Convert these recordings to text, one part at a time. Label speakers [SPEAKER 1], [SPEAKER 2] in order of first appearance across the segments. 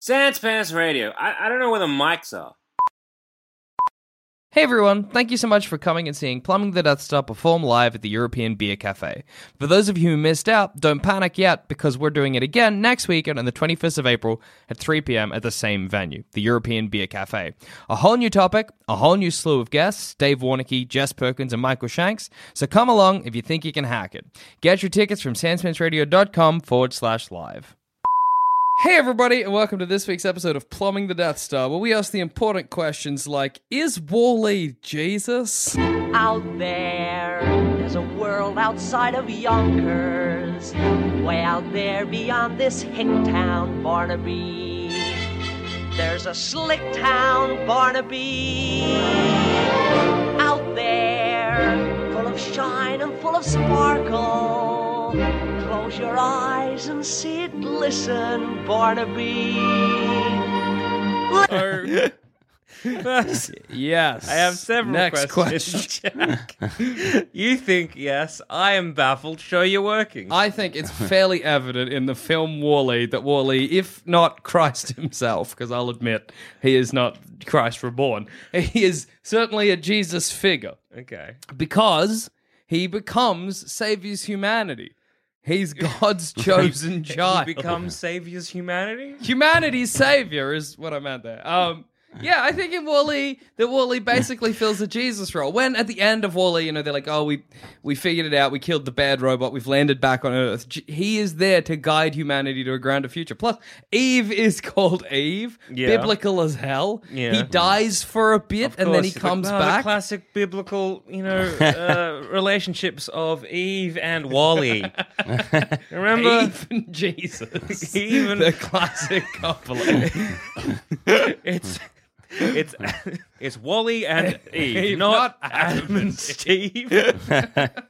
[SPEAKER 1] Sans Pants Radio. I, I don't know where the mics are.
[SPEAKER 2] Hey everyone, thank you so much for coming and seeing Plumbing the Death Star perform live at the European Beer Cafe. For those of you who missed out, don't panic yet because we're doing it again next weekend on the 25th of April at 3pm at the same venue, the European Beer Cafe. A whole new topic, a whole new slew of guests, Dave Warnicky, Jess Perkins and Michael Shanks, so come along if you think you can hack it. Get your tickets from sanspansradio.com forward slash live. Hey, everybody, and welcome to this week's episode of Plumbing the Death Star, where we ask the important questions like Is Wally Jesus?
[SPEAKER 3] Out there, there's a world outside of Yonkers, way out there beyond this hick town, Barnaby. There's a slick town, Barnaby. Out there, full of shine and full of sparkle. Close your eyes and sit, listen, Barnaby.
[SPEAKER 1] So,
[SPEAKER 2] Yes.
[SPEAKER 1] I have several
[SPEAKER 2] Next
[SPEAKER 1] questions. Jack. you think yes? I am baffled. Show you're working.
[SPEAKER 2] I think it's fairly evident in the film Wally that Wally, if not Christ himself, because I'll admit he is not Christ reborn, he is certainly a Jesus figure.
[SPEAKER 1] okay.
[SPEAKER 2] because he becomes saviors humanity. He's God's chosen child.
[SPEAKER 1] You become saviors humanity.
[SPEAKER 2] humanity's savior is what I meant there. Um, yeah, I think in Wally that Wally basically fills the Jesus role. When at the end of Wally, you know, they're like, "Oh, we we figured it out. We killed the bad robot. We've landed back on Earth." J- He is there to guide humanity to a grander future. Plus, Eve is called Eve,
[SPEAKER 1] Yeah.
[SPEAKER 2] biblical as hell.
[SPEAKER 1] Yeah.
[SPEAKER 2] He dies for a bit
[SPEAKER 1] Of
[SPEAKER 2] and then
[SPEAKER 1] course,
[SPEAKER 2] he
[SPEAKER 1] it's like,
[SPEAKER 2] comes
[SPEAKER 1] "Oh, the
[SPEAKER 2] back.
[SPEAKER 1] classic biblical, you know, uh, relationships of Eve and Wally. Remember?
[SPEAKER 2] Eve and Jesus.
[SPEAKER 1] Eve and-
[SPEAKER 2] the classic couple.
[SPEAKER 1] It's it's it's Wally and Eve,
[SPEAKER 2] Eve,
[SPEAKER 1] not,
[SPEAKER 2] not
[SPEAKER 1] Adam and Steve.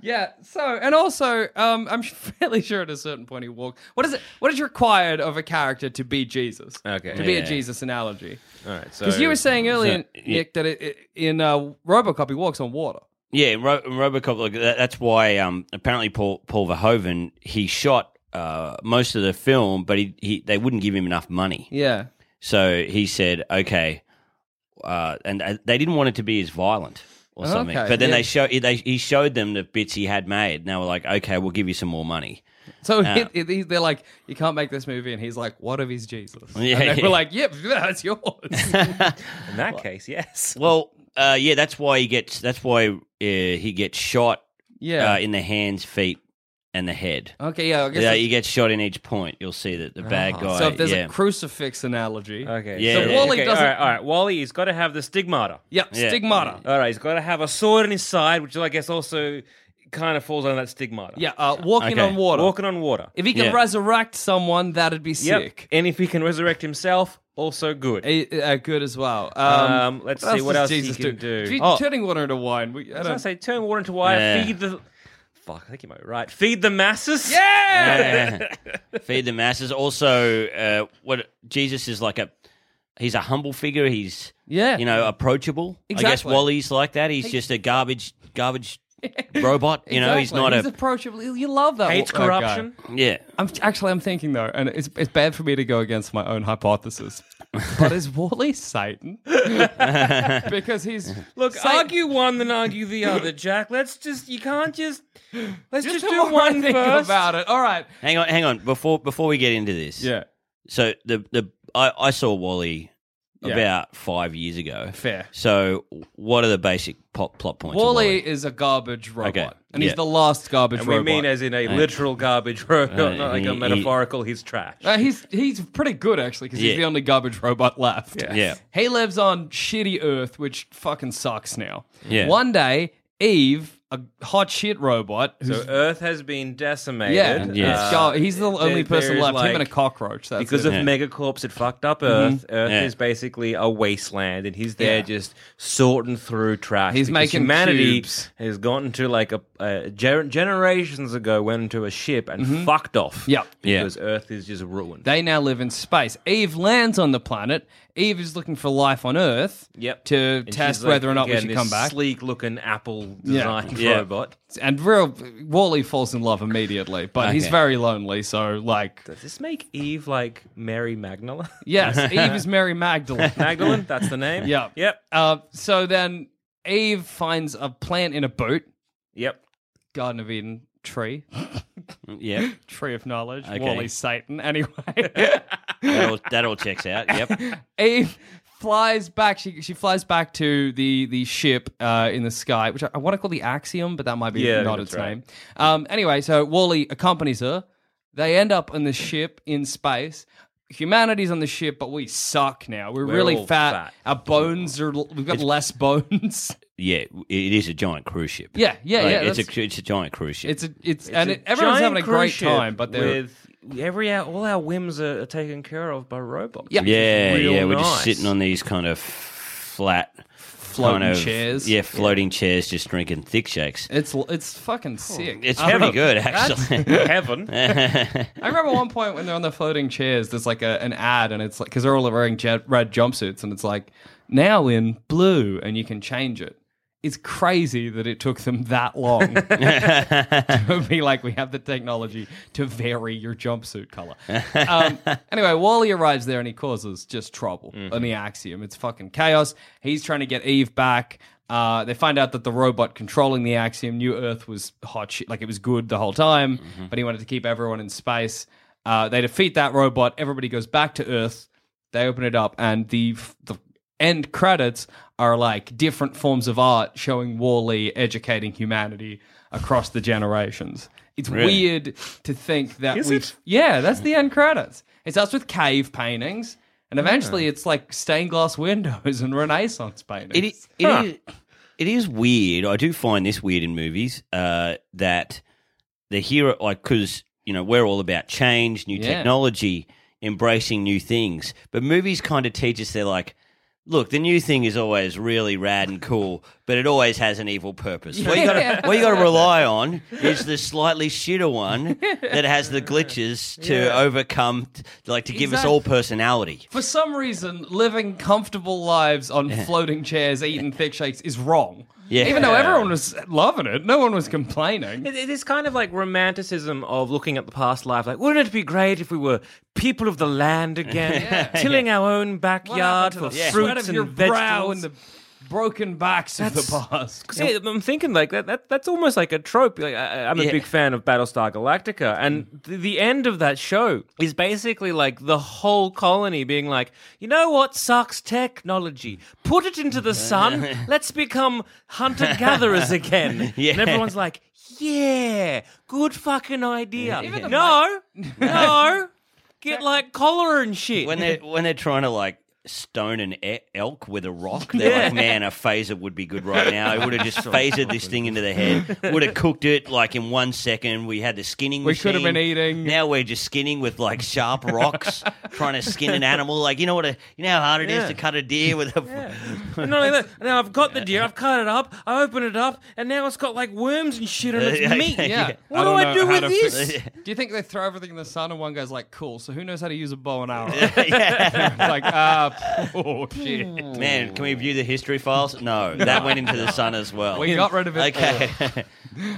[SPEAKER 2] yeah. So, and also, um, I'm fairly sure at a certain point he walked. What is it? What is required of a character to be Jesus?
[SPEAKER 1] Okay.
[SPEAKER 2] To be
[SPEAKER 1] Yeah.
[SPEAKER 2] a Jesus analogy.
[SPEAKER 1] All right, so
[SPEAKER 2] Because you were saying earlier,
[SPEAKER 4] so-
[SPEAKER 2] Nick, that it, it, in uh, RoboCop he walks on water.
[SPEAKER 4] Yeah, Ro- RoboCop. Look, that, that's why um, apparently Paul Paul Verhoeven he shot uh, most of the film, but he, he they wouldn't give him enough money,
[SPEAKER 2] Yeah.
[SPEAKER 4] so he said, "Okay," uh, and uh, they didn't want it to be as violent or
[SPEAKER 2] Oh, Okay,
[SPEAKER 4] something. but then
[SPEAKER 2] yeah.
[SPEAKER 4] they show he- they he showed them the bits he had made, and they were like, "Okay, we'll give you some more money."
[SPEAKER 2] So
[SPEAKER 4] Ah.
[SPEAKER 2] he- he- they're like, you can't make this movie, and he's like, what if he's Jesus?
[SPEAKER 4] Yeah,
[SPEAKER 2] and they
[SPEAKER 4] yeah.
[SPEAKER 2] were like, yep, that's yours.
[SPEAKER 1] in that case, yes.
[SPEAKER 4] Well, uh, yeah, that's why he gets that's why uh, he gets shot
[SPEAKER 2] yeah.
[SPEAKER 4] uh, in the hands, feet, and the head.
[SPEAKER 2] okay. Yeah. I guess.
[SPEAKER 4] Yeah,
[SPEAKER 2] that's- Ah.
[SPEAKER 4] he gets shot in each point. You'll see that the bad guy.
[SPEAKER 2] so if there's
[SPEAKER 4] yeah.
[SPEAKER 2] a crucifix analogy.
[SPEAKER 1] Okay.
[SPEAKER 4] Yeah,
[SPEAKER 1] so
[SPEAKER 4] yeah.
[SPEAKER 1] Wally
[SPEAKER 2] Okay,
[SPEAKER 1] doesn't. All
[SPEAKER 2] all
[SPEAKER 1] right,
[SPEAKER 2] right,
[SPEAKER 1] Wally, he's got to have the stigmata.
[SPEAKER 2] Yep.
[SPEAKER 4] Yeah.
[SPEAKER 2] Stigmata.
[SPEAKER 1] All right, he's got to have a sword in his side, which I guess also kind of falls under that stigmata.
[SPEAKER 2] Yeah. Uh, walking
[SPEAKER 4] Okay.
[SPEAKER 2] on water.
[SPEAKER 1] Walking on water.
[SPEAKER 2] If he can
[SPEAKER 4] Yeah.
[SPEAKER 2] resurrect someone, that'd be sick.
[SPEAKER 1] And if he can resurrect himself, also good.
[SPEAKER 2] A- uh, good as well. Um,
[SPEAKER 1] Um, let's see, what
[SPEAKER 2] does
[SPEAKER 1] else he can do?
[SPEAKER 2] If you-
[SPEAKER 1] Oh.
[SPEAKER 2] Turning water into wine. We, I
[SPEAKER 1] As I
[SPEAKER 2] don't...
[SPEAKER 1] say, turn water into wire,
[SPEAKER 4] Yeah.
[SPEAKER 1] feed the. Fuck, I think you might be right. Feed the masses.
[SPEAKER 2] yeah!
[SPEAKER 4] feed the masses. Also, uh, what Jesus is like a he's a humble figure. He's
[SPEAKER 2] Yeah.
[SPEAKER 4] you know approachable. I guess
[SPEAKER 2] Exactly.
[SPEAKER 4] Wally's like that. He's just a garbage garbage robot. You know, he's
[SPEAKER 2] Exactly.
[SPEAKER 4] not
[SPEAKER 2] he's
[SPEAKER 4] a
[SPEAKER 2] approachable. You love that.
[SPEAKER 1] Hates
[SPEAKER 2] wa- that guy.
[SPEAKER 1] corruption.
[SPEAKER 4] yeah.
[SPEAKER 2] I'm actually I'm thinking though, and it's it's bad for me to go against my own hypothesis. But is Wally Satan? because he's
[SPEAKER 1] Look,
[SPEAKER 2] Satan-
[SPEAKER 1] argue one, then argue the other, Jack. Let's just, you can't just, let's just,
[SPEAKER 2] the
[SPEAKER 1] do
[SPEAKER 2] more I
[SPEAKER 1] one
[SPEAKER 2] think
[SPEAKER 1] first.
[SPEAKER 2] about it. All right.
[SPEAKER 4] Hang on, hang on. Before before we get into this,
[SPEAKER 2] Yeah.
[SPEAKER 4] So the the I, I saw Wally
[SPEAKER 2] Yeah.
[SPEAKER 4] about five years ago.
[SPEAKER 2] Fair.
[SPEAKER 4] So what are the basic plot plot points? of
[SPEAKER 2] Wally is a garbage robot,
[SPEAKER 4] Okay,
[SPEAKER 2] and
[SPEAKER 4] yeah.
[SPEAKER 2] he's the last garbage
[SPEAKER 1] And we
[SPEAKER 2] robot.
[SPEAKER 1] mean as in a literal garbage robot,
[SPEAKER 4] Uh,
[SPEAKER 1] not like
[SPEAKER 4] he-
[SPEAKER 1] a
[SPEAKER 4] he-
[SPEAKER 1] metaphorical, he's trash.
[SPEAKER 2] Uh, he's he's pretty good actually because
[SPEAKER 4] Yeah.
[SPEAKER 2] he's the only garbage robot left.
[SPEAKER 4] Yeah.
[SPEAKER 2] He lives on shitty Earth, which fucking sucks now.
[SPEAKER 4] Yeah.
[SPEAKER 2] One day, Eve, a hot shit robot, who's
[SPEAKER 1] So Earth has been decimated. Uh,
[SPEAKER 2] yeah,
[SPEAKER 4] Yes.
[SPEAKER 2] it's gar- he's the
[SPEAKER 1] there-
[SPEAKER 2] only person
[SPEAKER 1] there's
[SPEAKER 2] left.
[SPEAKER 1] like-
[SPEAKER 2] him and a cockroach. That's
[SPEAKER 1] because
[SPEAKER 2] it.
[SPEAKER 1] of megacorps it fucked up earth earth
[SPEAKER 4] Mm-hmm. Yeah.
[SPEAKER 1] is basically a wasteland and he's there
[SPEAKER 2] Yeah.
[SPEAKER 1] just sorting through trash
[SPEAKER 2] He's
[SPEAKER 1] because
[SPEAKER 2] making
[SPEAKER 1] humanity
[SPEAKER 2] cubes.
[SPEAKER 1] has gotten to like a, a ger- generations ago went into a ship and
[SPEAKER 2] Mm-hmm.
[SPEAKER 1] fucked off
[SPEAKER 2] Yep.
[SPEAKER 4] Yeah.
[SPEAKER 1] because earth is just ruined
[SPEAKER 2] They now live in space. Eve lands on the planet. Eve is looking for life on Earth
[SPEAKER 1] yep
[SPEAKER 2] to
[SPEAKER 1] And
[SPEAKER 2] test
[SPEAKER 1] she's like,
[SPEAKER 2] whether or not we
[SPEAKER 1] again,
[SPEAKER 2] should
[SPEAKER 1] this
[SPEAKER 2] come back.
[SPEAKER 1] sleek looking apple
[SPEAKER 2] Yeah.
[SPEAKER 1] designed
[SPEAKER 4] Yeah.
[SPEAKER 1] robot
[SPEAKER 2] and real Wally falls in love immediately, but he's
[SPEAKER 4] Okay.
[SPEAKER 2] very lonely. So like,
[SPEAKER 1] does this make eve like mary magdalene
[SPEAKER 2] yes, Eve is Mary Magdalene.
[SPEAKER 1] magdalene that's the name
[SPEAKER 2] Yeah.
[SPEAKER 1] yep
[SPEAKER 2] Uh, so then Eve finds a plant in a boot,
[SPEAKER 1] yep
[SPEAKER 2] Garden of Eden tree,
[SPEAKER 4] Wally. Yeah.
[SPEAKER 2] tree of knowledge,
[SPEAKER 4] Okay.
[SPEAKER 2] Wally Satan. Anyway,
[SPEAKER 4] That all, that all checks out. Yep.
[SPEAKER 2] Eve flies back. She she flies back to the the ship uh, in the sky, which I, I want to call the Axiom, but that might be
[SPEAKER 1] Yeah,
[SPEAKER 2] not
[SPEAKER 1] that's
[SPEAKER 2] its
[SPEAKER 1] right.
[SPEAKER 2] name. Um, anyway, so Wally accompanies her. They end up on the ship in space. Humanity's on the ship, but we suck now. We're,
[SPEAKER 1] We're
[SPEAKER 2] really
[SPEAKER 1] all
[SPEAKER 2] fat.
[SPEAKER 1] fat.
[SPEAKER 2] Our bones are. l- We've got less bones.
[SPEAKER 4] Yeah. It is a giant cruise ship.
[SPEAKER 2] Yeah, yeah,
[SPEAKER 4] Like,
[SPEAKER 2] yeah,
[SPEAKER 4] It's a
[SPEAKER 2] that's-
[SPEAKER 4] cru- it's a giant cruise ship.
[SPEAKER 2] It's a it's, and
[SPEAKER 1] It's
[SPEAKER 2] it,
[SPEAKER 1] a
[SPEAKER 2] everyone's
[SPEAKER 1] giant
[SPEAKER 2] having a
[SPEAKER 1] cruise
[SPEAKER 2] great
[SPEAKER 1] ship
[SPEAKER 2] time, but they're
[SPEAKER 1] with every hour, all our whims are, are taken care of by robots.
[SPEAKER 2] Yeah.
[SPEAKER 1] which is
[SPEAKER 4] yeah.
[SPEAKER 1] real
[SPEAKER 4] Yeah. We're just
[SPEAKER 1] nice.
[SPEAKER 4] sitting on these kind of flat
[SPEAKER 2] Floating
[SPEAKER 4] kind of-
[SPEAKER 2] chairs.
[SPEAKER 4] Yeah, floating chairs, just drinking thick shakes.
[SPEAKER 2] it's it's fucking sick.
[SPEAKER 4] It's
[SPEAKER 2] I
[SPEAKER 4] pretty
[SPEAKER 2] remember-
[SPEAKER 4] good,
[SPEAKER 2] Ah, that's-
[SPEAKER 4] actually.
[SPEAKER 1] heaven.
[SPEAKER 2] I remember one point when they're on the floating chairs. There's like a, an ad, and it's like because they're all wearing jet, red jumpsuits, and it's like now in blue, and you can change it. It's crazy that it took them that long to be like, we have the technology to vary your jumpsuit color. Um, anyway, Wally arrives there and he causes just trouble on the Axiom. It's fucking chaos. He's trying to get Eve back. Uh, they find out that the robot controlling the Axiom, New Earth, was hot shit. Like it was good the whole time, but he wanted to keep everyone in space. Uh, they defeat that robot. Everybody goes back to Earth. They open it up, and the the end credits are like different forms of art showing Wally educating humanity across the generations. It's weird to think that
[SPEAKER 1] Is
[SPEAKER 2] we
[SPEAKER 1] it?
[SPEAKER 2] yeah, that's the end credits. It starts with cave paintings, and eventually it's like stained glass windows and Renaissance paintings.
[SPEAKER 4] It is, it, is, it is weird. I do find this weird in movies uh, that the hero, like, because, you know, we're all about change, new
[SPEAKER 2] Yeah.
[SPEAKER 4] technology, embracing new things. But movies kind of teach us they're like, look, the new thing is always really rad and cool, but it always has an evil purpose. What you
[SPEAKER 2] Yeah.
[SPEAKER 4] gotta, what you got to rely on is the slightly shitter one that has the glitches to overcome, t- like, to give us all personality.
[SPEAKER 2] For some reason, living comfortable lives on floating chairs, eating thick shakes, is wrong.
[SPEAKER 4] Yeah.
[SPEAKER 2] Even though everyone was loving it, no one was complaining.
[SPEAKER 1] It, it is kind of like romanticism of looking at the past life. Like, wouldn't it be great if we were people of the land again, tilling our own backyard
[SPEAKER 2] What happened
[SPEAKER 1] for
[SPEAKER 2] to the sweat
[SPEAKER 1] fruits
[SPEAKER 2] of your
[SPEAKER 1] and
[SPEAKER 2] brow
[SPEAKER 1] vegetables?
[SPEAKER 2] and the broken backs of the past.
[SPEAKER 1] See, I'm thinking like that, that. That's almost like a trope. Like I, I'm a
[SPEAKER 4] Yeah. Mm.
[SPEAKER 1] big fan of Battlestar Galactica, and the, the end of that show is basically like the whole colony being like, you know what sucks? Technology. Put it into the sun. Let's become hunter gatherers again.
[SPEAKER 4] Yeah.
[SPEAKER 1] And everyone's like, yeah, good fucking idea.
[SPEAKER 2] Even the
[SPEAKER 1] No, no, get like cholera and shit.
[SPEAKER 4] when they're when they're trying to like stone an e- elk with a rock, they're like, man, a phaser would be good right now. I would have just phasered this thing into the head. Would have cooked it like in one second. We had the skinning.
[SPEAKER 2] We could have
[SPEAKER 4] machine.
[SPEAKER 2] been eating-
[SPEAKER 4] Now we're just skinning with like sharp rocks, trying to skin an animal. Like you know what? A, you know how hard it is
[SPEAKER 1] Yeah.
[SPEAKER 4] to cut a deer with a.
[SPEAKER 1] And not only that, now I've got the deer, I've cut it up, I open it up, and now it's got like worms and shit on its
[SPEAKER 4] Yeah,
[SPEAKER 1] meat.
[SPEAKER 2] Yeah.
[SPEAKER 1] What do I
[SPEAKER 2] don't know
[SPEAKER 1] do
[SPEAKER 2] how
[SPEAKER 1] with
[SPEAKER 2] to
[SPEAKER 1] this?
[SPEAKER 2] fi- do you think they throw everything in the sun and one guy's like, cool, so who knows how to use a bow and arrow? It's like, ah, oh,
[SPEAKER 1] Hmm.
[SPEAKER 2] shit.
[SPEAKER 4] Man, can we view the history files? No, that went into the sun as well.
[SPEAKER 2] We got rid of it. Uh,
[SPEAKER 4] Okay.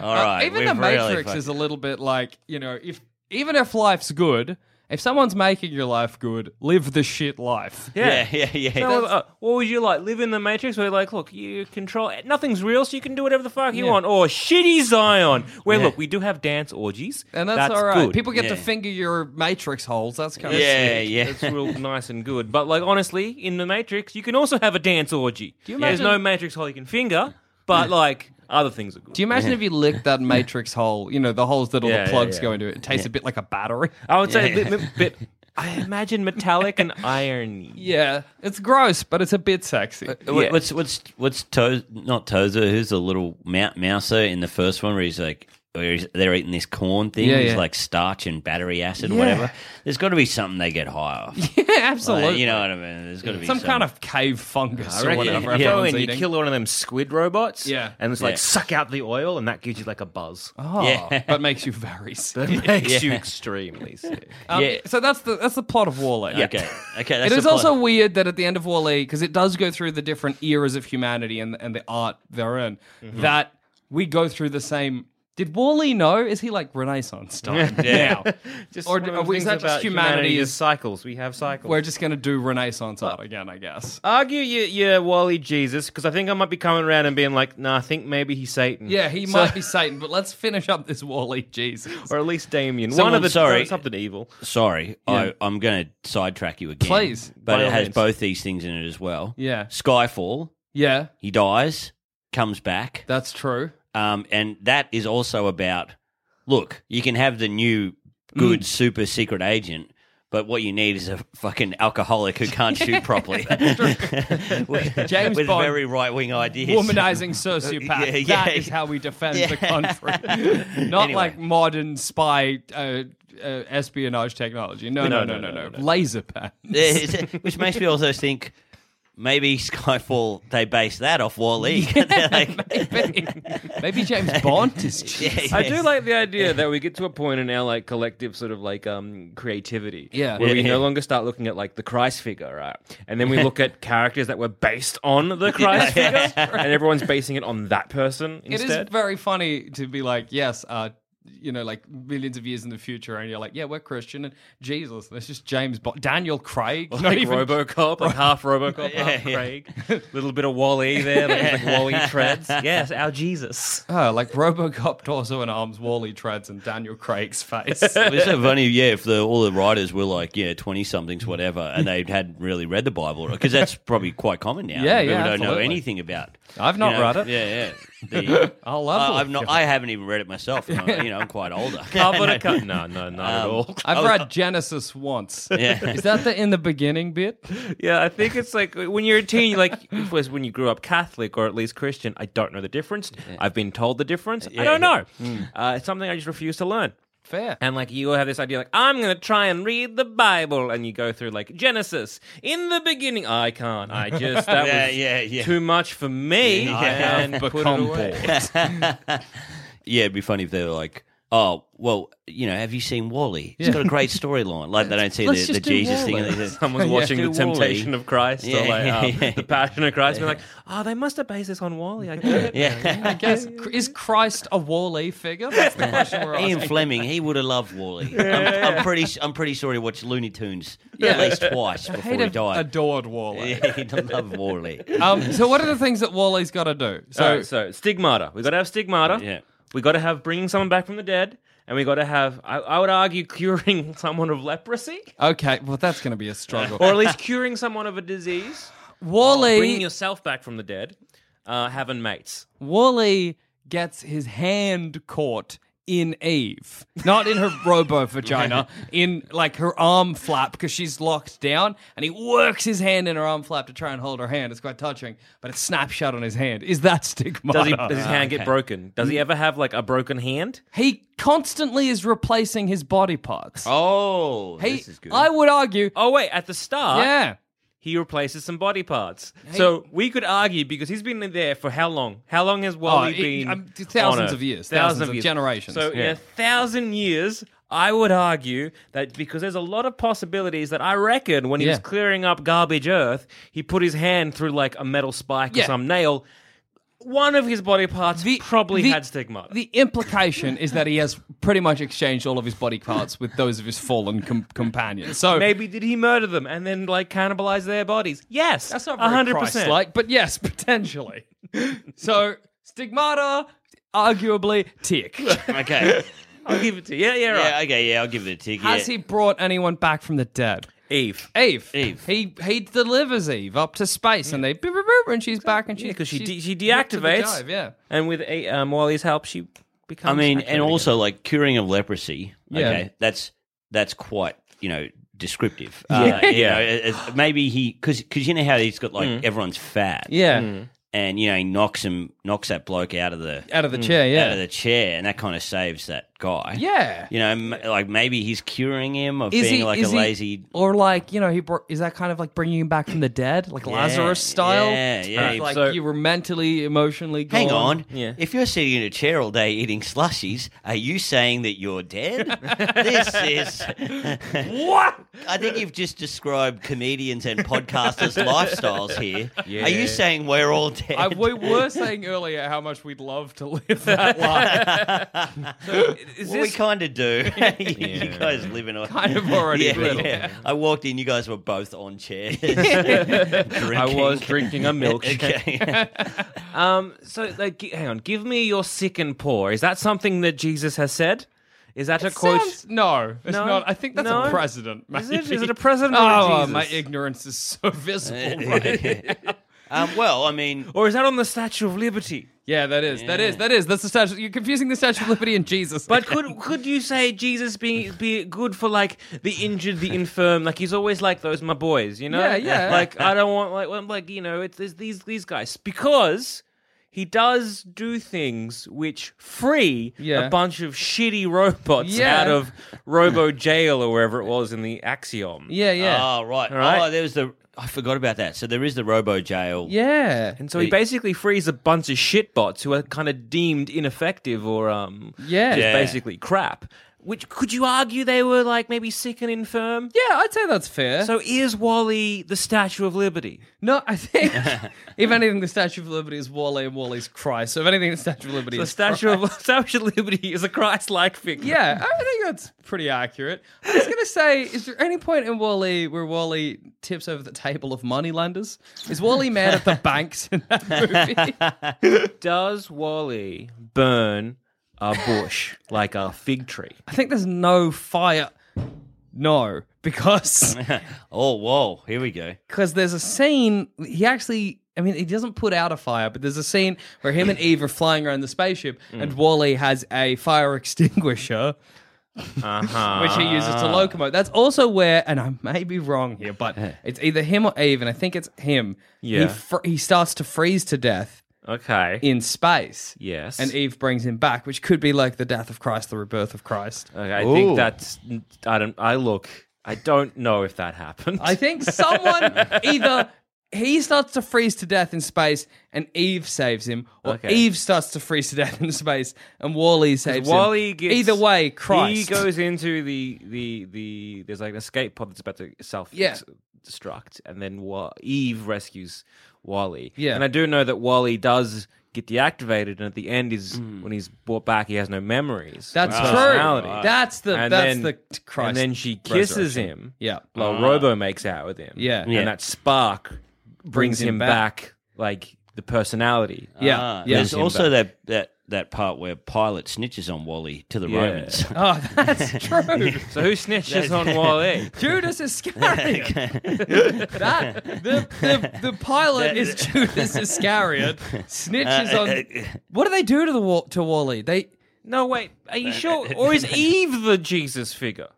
[SPEAKER 4] All right.
[SPEAKER 2] Even
[SPEAKER 4] we've
[SPEAKER 2] the
[SPEAKER 4] really
[SPEAKER 2] Matrix
[SPEAKER 4] fucked-
[SPEAKER 2] is a little bit like you know if even if life's good If someone's making your life good, live the shit life.
[SPEAKER 4] Yeah, yeah, yeah.
[SPEAKER 1] No, uh, what would you like? Live in the Matrix where, like, look, you control nothing's real, so you can do whatever the fuck you
[SPEAKER 2] Yeah.
[SPEAKER 1] want. Or shitty Zion, where look, we do have dance orgies,
[SPEAKER 2] And that's, all right.
[SPEAKER 1] good.
[SPEAKER 2] People get to
[SPEAKER 4] Yeah.
[SPEAKER 2] finger your matrix holes. That's kind of
[SPEAKER 4] Yeah,
[SPEAKER 2] sick.
[SPEAKER 4] yeah.
[SPEAKER 1] That's real nice and good. But like honestly, in the Matrix, you can also have a dance orgy.
[SPEAKER 2] Do you
[SPEAKER 1] There's
[SPEAKER 2] imagine-
[SPEAKER 1] no Matrix hole you can finger, but like other things are good.
[SPEAKER 2] Do you imagine if you licked that matrix hole, you know, the holes that all
[SPEAKER 1] Yeah,
[SPEAKER 2] the
[SPEAKER 1] yeah,
[SPEAKER 2] plugs
[SPEAKER 1] yeah.
[SPEAKER 2] go into? It tastes a bit like a battery.
[SPEAKER 1] I would say a bit, bit. I imagine metallic and irony.
[SPEAKER 2] Yeah. It's gross, but it's a bit sexy.
[SPEAKER 4] uh, What-
[SPEAKER 1] Yeah.
[SPEAKER 4] What's what's what's to- not Tozer? Who's the little mou- mouser in the first one where he's like. Where he's, they're eating this corn thing,
[SPEAKER 2] Yeah,
[SPEAKER 4] it's
[SPEAKER 2] yeah.
[SPEAKER 4] like starch and battery acid, or
[SPEAKER 2] Yeah.
[SPEAKER 4] whatever. There's got to be something they get high off.
[SPEAKER 2] yeah,
[SPEAKER 4] Like,
[SPEAKER 2] absolutely.
[SPEAKER 4] you know what I mean? There's got to be
[SPEAKER 2] some kind of cave fungus or whatever.
[SPEAKER 1] you go
[SPEAKER 2] everyone's
[SPEAKER 1] in, you
[SPEAKER 2] eating.
[SPEAKER 1] kill one of them squid robots,
[SPEAKER 2] Yeah.
[SPEAKER 1] and it's like
[SPEAKER 4] Yeah.
[SPEAKER 1] suck out the oil, and that gives you like a buzz.
[SPEAKER 2] Oh,
[SPEAKER 4] Yeah.
[SPEAKER 2] but makes you very sick.
[SPEAKER 1] That makes you extremely sick.
[SPEAKER 2] Um,
[SPEAKER 4] Yeah.
[SPEAKER 2] So that's the that's the plot of Wall-E.
[SPEAKER 4] Okay, okay. That's
[SPEAKER 2] It
[SPEAKER 4] the
[SPEAKER 2] is
[SPEAKER 4] plot.
[SPEAKER 2] also weird that at the end of Wall-E, because it does go through the different eras of humanity and and the art therein, that we go through the same. Did Wall-E know? Is he like Renaissance time
[SPEAKER 4] Yeah.
[SPEAKER 2] now?
[SPEAKER 1] Just
[SPEAKER 2] Or
[SPEAKER 1] one
[SPEAKER 2] do-
[SPEAKER 1] of
[SPEAKER 2] are
[SPEAKER 1] the
[SPEAKER 2] we-
[SPEAKER 1] things
[SPEAKER 2] is that just
[SPEAKER 1] about
[SPEAKER 2] humanity is-
[SPEAKER 1] cycles. We have cycles.
[SPEAKER 2] We're just gonna do Renaissance art again, I guess.
[SPEAKER 1] argue your, your Wally Jesus because I think I might be coming around and being like, nah, I think maybe he's Satan.
[SPEAKER 2] Yeah, he
[SPEAKER 1] So-
[SPEAKER 2] might be Satan, but let's finish up this Wall-E Jesus.
[SPEAKER 1] or at least Damien. One
[SPEAKER 4] Someone-
[SPEAKER 1] of the
[SPEAKER 4] sorry.
[SPEAKER 1] something evil.
[SPEAKER 4] Sorry, I, I'm going to sidetrack you again.
[SPEAKER 2] Please,
[SPEAKER 4] but
[SPEAKER 1] by
[SPEAKER 4] it
[SPEAKER 1] all
[SPEAKER 4] has
[SPEAKER 1] means.
[SPEAKER 4] both these things in it as well.
[SPEAKER 2] Yeah.
[SPEAKER 4] Skyfall.
[SPEAKER 2] Yeah,
[SPEAKER 4] He dies, comes back,
[SPEAKER 2] that's true.
[SPEAKER 4] um, and that is also about. Look, you can have the new
[SPEAKER 2] Mm.
[SPEAKER 4] good super secret agent. But what you need is a fucking alcoholic who can't shoot properly. with,
[SPEAKER 2] James
[SPEAKER 4] with
[SPEAKER 2] Bond.
[SPEAKER 4] very right wing ideas.
[SPEAKER 2] Womanizing sociopath.
[SPEAKER 4] Yeah, yeah,
[SPEAKER 2] that is how we defend the country. Not
[SPEAKER 4] Anyway.
[SPEAKER 2] like modern spy uh, uh, espionage technology. No, no, no, no, no. Laser pen.
[SPEAKER 4] Which makes me also think maybe Skyfall they base that off Wall-E. They're like,
[SPEAKER 2] Maybe, maybe James Bond is just.
[SPEAKER 1] I do like the idea that we get to a point in our like collective sort of like um creativity.
[SPEAKER 2] Yeah.
[SPEAKER 1] Where we
[SPEAKER 4] Yeah.
[SPEAKER 1] no longer start looking at like the Christ figure, right? And then we look at characters that were based on the Christ figure and everyone's basing it on that person
[SPEAKER 2] It
[SPEAKER 1] instead.
[SPEAKER 2] is very funny to be like, yes, uh, you know, like millions of years in the future, and you're like, yeah, we're Christian and Jesus. That's just James Bond, Daniel Craig, not
[SPEAKER 1] like
[SPEAKER 2] even-
[SPEAKER 1] RoboCop, like half RoboCop, half Craig. Little bit of Wally there, like, like Wally treads. Yes, our Jesus.
[SPEAKER 2] Oh, like RoboCop torso and arms, Wally treads, and Daniel Craig's face.
[SPEAKER 4] It's so funny, yeah. If the, all the writers were like, yeah, twenty somethings, whatever, and they hadn't really read the Bible, because that's probably quite common now.
[SPEAKER 2] Yeah,
[SPEAKER 4] People
[SPEAKER 2] yeah,
[SPEAKER 4] don't know
[SPEAKER 2] absolutely.
[SPEAKER 4] anything about.
[SPEAKER 2] I've not
[SPEAKER 4] you know,
[SPEAKER 2] read it.
[SPEAKER 4] Yeah, yeah. The-
[SPEAKER 2] I'll love
[SPEAKER 4] I,
[SPEAKER 2] it.
[SPEAKER 4] Uh, I've not. I haven't even read it myself. and I'm, you know, I'm quite older.
[SPEAKER 1] Covered a cut. No, Um, no, not at all.
[SPEAKER 2] I've read Genesis once.
[SPEAKER 4] Yeah.
[SPEAKER 2] Is that the in the beginning bit?
[SPEAKER 1] Yeah, I think it's like when you're a teen, you're like it was when you grew up Catholic or at least Christian. I don't know the difference. I've been told the difference. I don't know. Uh, it's something I just refuse to learn.
[SPEAKER 2] Fair.
[SPEAKER 1] And like you have this idea, like I'm gonna try and read the Bible, and you go through like Genesis in the beginning. I can't. I just that
[SPEAKER 4] Yeah,
[SPEAKER 1] was
[SPEAKER 4] yeah, yeah.
[SPEAKER 1] too much for me.
[SPEAKER 4] Yeah.
[SPEAKER 1] Yeah.
[SPEAKER 4] I have
[SPEAKER 1] And put it away.
[SPEAKER 4] yeah, it'd be funny if they were like, oh, well, you know, have you seen Wally? It's got a great storyline. Like they don't see
[SPEAKER 2] Let's
[SPEAKER 4] the, the
[SPEAKER 2] just do
[SPEAKER 4] Jesus thing.
[SPEAKER 2] Wall-E.
[SPEAKER 4] and they say,
[SPEAKER 1] Someone's
[SPEAKER 4] "Yeah,
[SPEAKER 1] watching
[SPEAKER 4] do
[SPEAKER 1] The Temptation
[SPEAKER 4] Wall-E."
[SPEAKER 1] of Christ
[SPEAKER 4] Yeah,
[SPEAKER 1] or like
[SPEAKER 4] yeah,
[SPEAKER 1] um,
[SPEAKER 4] yeah.
[SPEAKER 1] The Passion of Christ. and We're like, oh, they must have based this on Wally. I get it.
[SPEAKER 4] Yeah.
[SPEAKER 2] I guess is Christ a Wall-E figure? That's the question we're
[SPEAKER 4] Ian
[SPEAKER 2] asking.
[SPEAKER 4] Fleming, he would have loved Wally. I'm, I'm pretty. I'm pretty sure he watched Looney Tunes
[SPEAKER 2] Yeah.
[SPEAKER 4] at least twice before
[SPEAKER 2] He'd
[SPEAKER 4] he
[SPEAKER 2] have
[SPEAKER 4] died.
[SPEAKER 2] adored Wall-E.
[SPEAKER 4] Yeah, he'd love Wally.
[SPEAKER 2] Um, so what are the things that Wall-E's got to do?
[SPEAKER 1] So,
[SPEAKER 2] So
[SPEAKER 1] so stigmata. We got to have stigmata.
[SPEAKER 4] Yeah.
[SPEAKER 1] We got to have bringing someone back from the dead, and we got to have. I, I would argue curing someone of leprosy,
[SPEAKER 2] okay, well that's going to be a struggle.
[SPEAKER 1] or at least curing someone of a disease. Bringing
[SPEAKER 2] Wall-E,
[SPEAKER 1] yourself back from the dead. Uh, having mates.
[SPEAKER 2] Wall-E gets his hand caught in Eve, not in her robo vagina, in like her arm flap because she's locked down, and he works his hand in her arm flap to try and hold her hand. It's quite touching, but it's snapped shut on his hand. Is that stigma?
[SPEAKER 1] Does, he, does his hand get broken? Does he ever have like a broken hand?
[SPEAKER 2] He constantly is replacing his body parts.
[SPEAKER 4] Oh,
[SPEAKER 2] he,
[SPEAKER 4] this is good.
[SPEAKER 2] I would argue,
[SPEAKER 1] Oh wait, at the start,
[SPEAKER 2] yeah,
[SPEAKER 1] he replaces some body parts. So we could argue because he's been in there for how long? How long has Wally
[SPEAKER 2] Oh, it-
[SPEAKER 1] been?
[SPEAKER 2] um, thousands
[SPEAKER 1] on
[SPEAKER 2] of
[SPEAKER 1] Earth?
[SPEAKER 2] years, thousands of generations.
[SPEAKER 1] So in
[SPEAKER 2] Yeah.
[SPEAKER 1] a thousand years, I would argue that because there's a lot of possibilities that I reckon when he was
[SPEAKER 2] Yeah.
[SPEAKER 1] clearing up garbage Earth, he put his hand through like a metal spike
[SPEAKER 2] Yeah.
[SPEAKER 1] or some nail. one of his body parts
[SPEAKER 2] The-
[SPEAKER 1] probably
[SPEAKER 2] the-
[SPEAKER 1] had stigmata.
[SPEAKER 2] The implication is that he has pretty much exchanged all of his body parts with those of his fallen com- companions. So
[SPEAKER 1] Maybe did he murder them and then like cannibalize their bodies? Yes,
[SPEAKER 2] that's not very Christ-like, but yes, potentially. so stigmata, arguably tick.
[SPEAKER 4] Okay.
[SPEAKER 1] I'll give it to you. Yeah, yeah, right.
[SPEAKER 4] yeah, okay, yeah, I'll give it a tick.
[SPEAKER 2] Has
[SPEAKER 4] yeah.
[SPEAKER 2] he brought anyone back from the dead?
[SPEAKER 1] Eve.
[SPEAKER 2] Eve.
[SPEAKER 4] Eve.
[SPEAKER 2] He he delivers Eve up to space, and they boop, boop, boop, and she's back, and she
[SPEAKER 1] because she
[SPEAKER 2] she's
[SPEAKER 1] de- she
[SPEAKER 2] up to the
[SPEAKER 1] deactivates.
[SPEAKER 2] dive, yeah.
[SPEAKER 1] And with a, um, Wally's help, she becomes.
[SPEAKER 4] I mean,
[SPEAKER 1] activated
[SPEAKER 4] and also like curing of leprosy.
[SPEAKER 2] Yeah.
[SPEAKER 4] Okay, that's that's quite you know descriptive. Uh, you know, it- it- maybe he because because you know how he's got like everyone's fat.
[SPEAKER 2] Mm. Yeah.
[SPEAKER 4] Mm. and you know he knocks him knocks that bloke out of the
[SPEAKER 2] Out of the chair, yeah.
[SPEAKER 4] Mm. out of the chair, and that kind of saves that guy.
[SPEAKER 2] yeah.
[SPEAKER 4] You know, m- like maybe he's curing him of being like a
[SPEAKER 2] is
[SPEAKER 4] lazy.
[SPEAKER 2] or like you know he br- is that kind of like bringing him back from the dead, like Lazarus style?
[SPEAKER 4] yeah, yeah.
[SPEAKER 2] It's like
[SPEAKER 1] So-
[SPEAKER 2] you were mentally, emotionally. Gone.
[SPEAKER 4] Hang on.
[SPEAKER 1] Yeah.
[SPEAKER 4] If you're sitting in a chair all day eating slushies, are you saying that you're dead? this is. what? I think you've just described comedians and podcasters' lifestyles here. Are you saying we're all dead?
[SPEAKER 2] I, Uh, we were saying earlier how much we'd love to live that life.
[SPEAKER 4] well, we kind of do. you, you guys live in a.
[SPEAKER 2] Kind of already
[SPEAKER 4] Yeah,
[SPEAKER 2] do.
[SPEAKER 4] yeah. I walked in, you guys were both on chairs.
[SPEAKER 1] I was drinking a milkshake.
[SPEAKER 4] Okay.
[SPEAKER 1] Um, so like, gi- hang on, give me your sick and poor. Is that something that Jesus has said? Is that a quote?
[SPEAKER 2] Sounds- no, it's
[SPEAKER 1] No?
[SPEAKER 2] not. I think that's
[SPEAKER 1] No?
[SPEAKER 2] a president.
[SPEAKER 1] Is it?
[SPEAKER 2] maybe.
[SPEAKER 1] Is it a president or a
[SPEAKER 2] Oh,
[SPEAKER 1] Jesus?
[SPEAKER 2] my ignorance is so visible. Right?
[SPEAKER 4] um, well, I mean,
[SPEAKER 2] Oh,
[SPEAKER 1] or is that on the Statue of Liberty?
[SPEAKER 2] yeah, that is. That is. That is. That's the statue. You're confusing the Statue of Liberty and Jesus.
[SPEAKER 1] But could could you say Jesus be be good for like the injured, the infirm? Like he's always like those my boys, you know?
[SPEAKER 2] Yeah, yeah.
[SPEAKER 1] Like I don't want like well, like you know it's, it's these these guys because he does do things which free
[SPEAKER 2] Yeah.
[SPEAKER 1] a bunch of shitty robots
[SPEAKER 2] Yeah.
[SPEAKER 1] out of robo jail or wherever it was in the axiom.
[SPEAKER 2] yeah, yeah,
[SPEAKER 4] Oh, right.
[SPEAKER 1] right?
[SPEAKER 4] Oh, there was the. I forgot about that. So there is the robo jail.
[SPEAKER 2] yeah,
[SPEAKER 1] And so he basically frees a bunch of shitbots who are kind of deemed ineffective or um
[SPEAKER 2] Yeah.
[SPEAKER 1] just
[SPEAKER 4] Yeah.
[SPEAKER 1] basically crap. Which could you argue they were like maybe sick and infirm?
[SPEAKER 2] yeah. I'd say that's fair.
[SPEAKER 1] So is Wally the Statue of Liberty?
[SPEAKER 2] No, I think if anything, the Statue of Liberty is Wally and Wally's Christ. So if anything, the Statue of Liberty
[SPEAKER 1] The
[SPEAKER 2] is
[SPEAKER 1] Statue of, Statue of Liberty is a Christ-like figure.
[SPEAKER 2] Yeah, I think that's pretty accurate. I was gonna say, is there any point in Wally where Wally tips over the table of moneylenders? Is Wally mad at the banks in that movie?
[SPEAKER 1] Does Wally burn a bush like a fig tree?
[SPEAKER 2] I think there's no fire. No, because
[SPEAKER 4] Oh, whoa. Here we go.
[SPEAKER 2] because there's a scene he actually I mean he doesn't put out a fire, but there's a scene where him and Eve are flying around the spaceship and Wally has a fire extinguisher.
[SPEAKER 1] Uh-huh.
[SPEAKER 2] which he uses
[SPEAKER 1] Ah.
[SPEAKER 2] to locomote. That's also where, and I may be wrong here, but it's either him or Eve, and I think it's him.
[SPEAKER 1] Yeah.
[SPEAKER 2] He, fr- he starts to freeze to death
[SPEAKER 1] Okay.
[SPEAKER 2] in space.
[SPEAKER 1] yes.
[SPEAKER 2] And Eve brings him back, which could be like the death of Christ, the rebirth of Christ.
[SPEAKER 1] okay, I think
[SPEAKER 4] Ooh.
[SPEAKER 1] that's I don't I look I don't know if that happened.
[SPEAKER 2] I think someone either he starts to freeze to death in space and Eve saves him, or
[SPEAKER 1] Okay.
[SPEAKER 2] Eve starts to freeze to death in space and Wally saves
[SPEAKER 1] Wally
[SPEAKER 2] him.
[SPEAKER 1] gets
[SPEAKER 2] either way, Christ.
[SPEAKER 1] He goes into the the the there's like an escape pod that's about to self
[SPEAKER 2] Yeah.
[SPEAKER 1] destruct, and then Wa- Eve rescues Wally.
[SPEAKER 2] Yeah.
[SPEAKER 1] and I do know that Wally does get deactivated, and at the end is when he's brought back, he has no memories.
[SPEAKER 2] That's
[SPEAKER 1] no
[SPEAKER 2] true.
[SPEAKER 1] personality.
[SPEAKER 2] That's the-
[SPEAKER 1] And
[SPEAKER 2] that's
[SPEAKER 1] then-
[SPEAKER 2] the Christ
[SPEAKER 1] And then she kisses
[SPEAKER 2] resurrection.
[SPEAKER 1] him.
[SPEAKER 2] yeah.
[SPEAKER 1] Well, Robo makes out with him.
[SPEAKER 2] Ah. Yeah.
[SPEAKER 4] Yeah.
[SPEAKER 1] and that spark brings,
[SPEAKER 2] Brings him
[SPEAKER 1] him
[SPEAKER 2] back.
[SPEAKER 1] back. like the personality.
[SPEAKER 2] Yeah.
[SPEAKER 4] Ah,
[SPEAKER 2] yeah.
[SPEAKER 4] There's also that, that, that part where Pilate snitches on Wally to the
[SPEAKER 1] Yeah.
[SPEAKER 4] Romans.
[SPEAKER 2] Oh, that's true.
[SPEAKER 1] So who snitches on Wally?
[SPEAKER 2] Judas Iscariot. that the the, the pilot is Judas Iscariot.
[SPEAKER 1] Uh,
[SPEAKER 2] Snitches on. What do they do to the wa- to Wally? They
[SPEAKER 1] No, wait. Are you sure? Or is Eve the Jesus figure?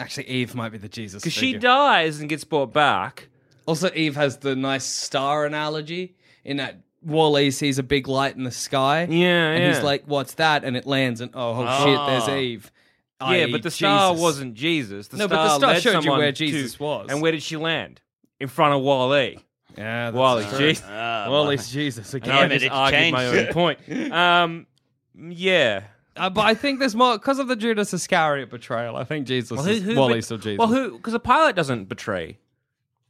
[SPEAKER 2] actually Eve might be the Jesus.
[SPEAKER 1] Because she
[SPEAKER 2] figure.
[SPEAKER 1] dies and gets brought back.
[SPEAKER 2] Also, Eve has the nice star analogy in that Wally sees a big light in the sky.
[SPEAKER 1] Yeah,
[SPEAKER 2] and he's
[SPEAKER 1] yeah. Ah.
[SPEAKER 2] like, "What's that?" And it lands, and oh, oh, shit, there's Eve.
[SPEAKER 1] yeah,
[SPEAKER 2] i.e.
[SPEAKER 1] but the star
[SPEAKER 2] Jesus.
[SPEAKER 1] wasn't Jesus. The
[SPEAKER 2] No, but
[SPEAKER 1] star
[SPEAKER 2] the star
[SPEAKER 1] led
[SPEAKER 2] showed you
[SPEAKER 1] someone
[SPEAKER 2] where
[SPEAKER 1] to-
[SPEAKER 2] Jesus was.
[SPEAKER 1] And where did she land? In front of Wally.
[SPEAKER 2] Yeah, that's
[SPEAKER 1] Wally's
[SPEAKER 2] true.
[SPEAKER 1] Jesus.
[SPEAKER 4] Ah,
[SPEAKER 2] Wally's Jesus
[SPEAKER 1] Now I
[SPEAKER 2] again.
[SPEAKER 4] but
[SPEAKER 1] just
[SPEAKER 4] it
[SPEAKER 1] argued
[SPEAKER 4] changed.
[SPEAKER 1] my own point. Um, yeah.
[SPEAKER 2] Uh, but I think there's more because of the Judas Iscariot betrayal. I think Jesus, is, Wally saw Jesus.
[SPEAKER 1] Well, who? Because a pilot doesn't betray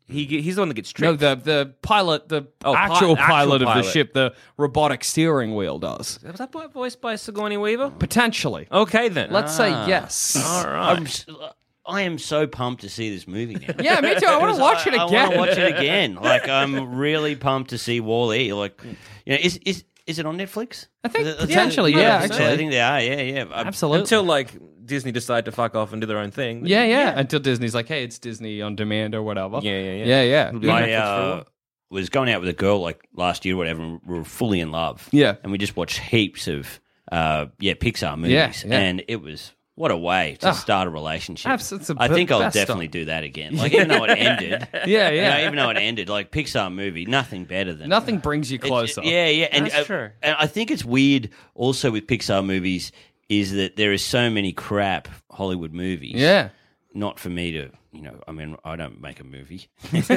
[SPEAKER 1] He ge- he's the one that gets tripped.
[SPEAKER 2] No, the the pilot, the
[SPEAKER 1] Oh, pi-
[SPEAKER 2] actual,
[SPEAKER 1] actual
[SPEAKER 2] pilot of the
[SPEAKER 1] pilot.
[SPEAKER 2] ship, the robotic steering wheel does
[SPEAKER 1] was that boy voiced by Sigourney Weaver?
[SPEAKER 2] potentially.
[SPEAKER 1] Okay then. Uh,
[SPEAKER 2] Let's say yes.
[SPEAKER 1] Oh. All right.
[SPEAKER 4] I'm, s- uh, I am so pumped to see this movie now.
[SPEAKER 2] Yeah, me too. I want to watch it
[SPEAKER 4] I-
[SPEAKER 2] again.
[SPEAKER 4] I want to watch it again. Like I'm really pumped to see Wall E. Like, you know, is is is it on Netflix?
[SPEAKER 2] I think
[SPEAKER 4] Is it-
[SPEAKER 2] potentially,
[SPEAKER 4] I think-
[SPEAKER 2] yeah,
[SPEAKER 4] I think so.
[SPEAKER 2] actually.
[SPEAKER 4] I think they are. Yeah, Uh, yeah. I'm-
[SPEAKER 2] Absolutely.
[SPEAKER 1] Until like Disney decide to fuck off and do their own thing.
[SPEAKER 2] yeah, yeah, Until Disney's like, hey, it's Disney on demand or whatever.
[SPEAKER 1] Yeah, yeah, yeah.
[SPEAKER 2] yeah, yeah.
[SPEAKER 1] It'll be on
[SPEAKER 4] I
[SPEAKER 1] Netflix for a
[SPEAKER 4] uh,
[SPEAKER 1] while.
[SPEAKER 4] was going out with a girl like last year, or whatever. And we were fully in love.
[SPEAKER 2] Yeah.
[SPEAKER 4] and we just watched heaps of uh, yeah Pixar movies,
[SPEAKER 2] Yeah, yeah.
[SPEAKER 4] and it was. What a way to
[SPEAKER 2] Ah.
[SPEAKER 4] start a relationship!
[SPEAKER 2] Abs- it's the
[SPEAKER 4] I think
[SPEAKER 2] b-
[SPEAKER 4] I'll
[SPEAKER 2] best
[SPEAKER 4] definitely do that again. Like even though it ended,
[SPEAKER 2] yeah,
[SPEAKER 4] you know,
[SPEAKER 2] yeah.
[SPEAKER 4] even though it ended, like Pixar movie, nothing better than
[SPEAKER 2] Nothing brings you
[SPEAKER 4] It-
[SPEAKER 2] closer.
[SPEAKER 4] yeah, yeah, and
[SPEAKER 1] That's
[SPEAKER 4] uh,
[SPEAKER 1] true.
[SPEAKER 4] And I think it's weird also with Pixar movies is that there is so many crap Hollywood movies.
[SPEAKER 2] yeah.
[SPEAKER 4] Not for me to, you know, I mean, I don't make a movie, but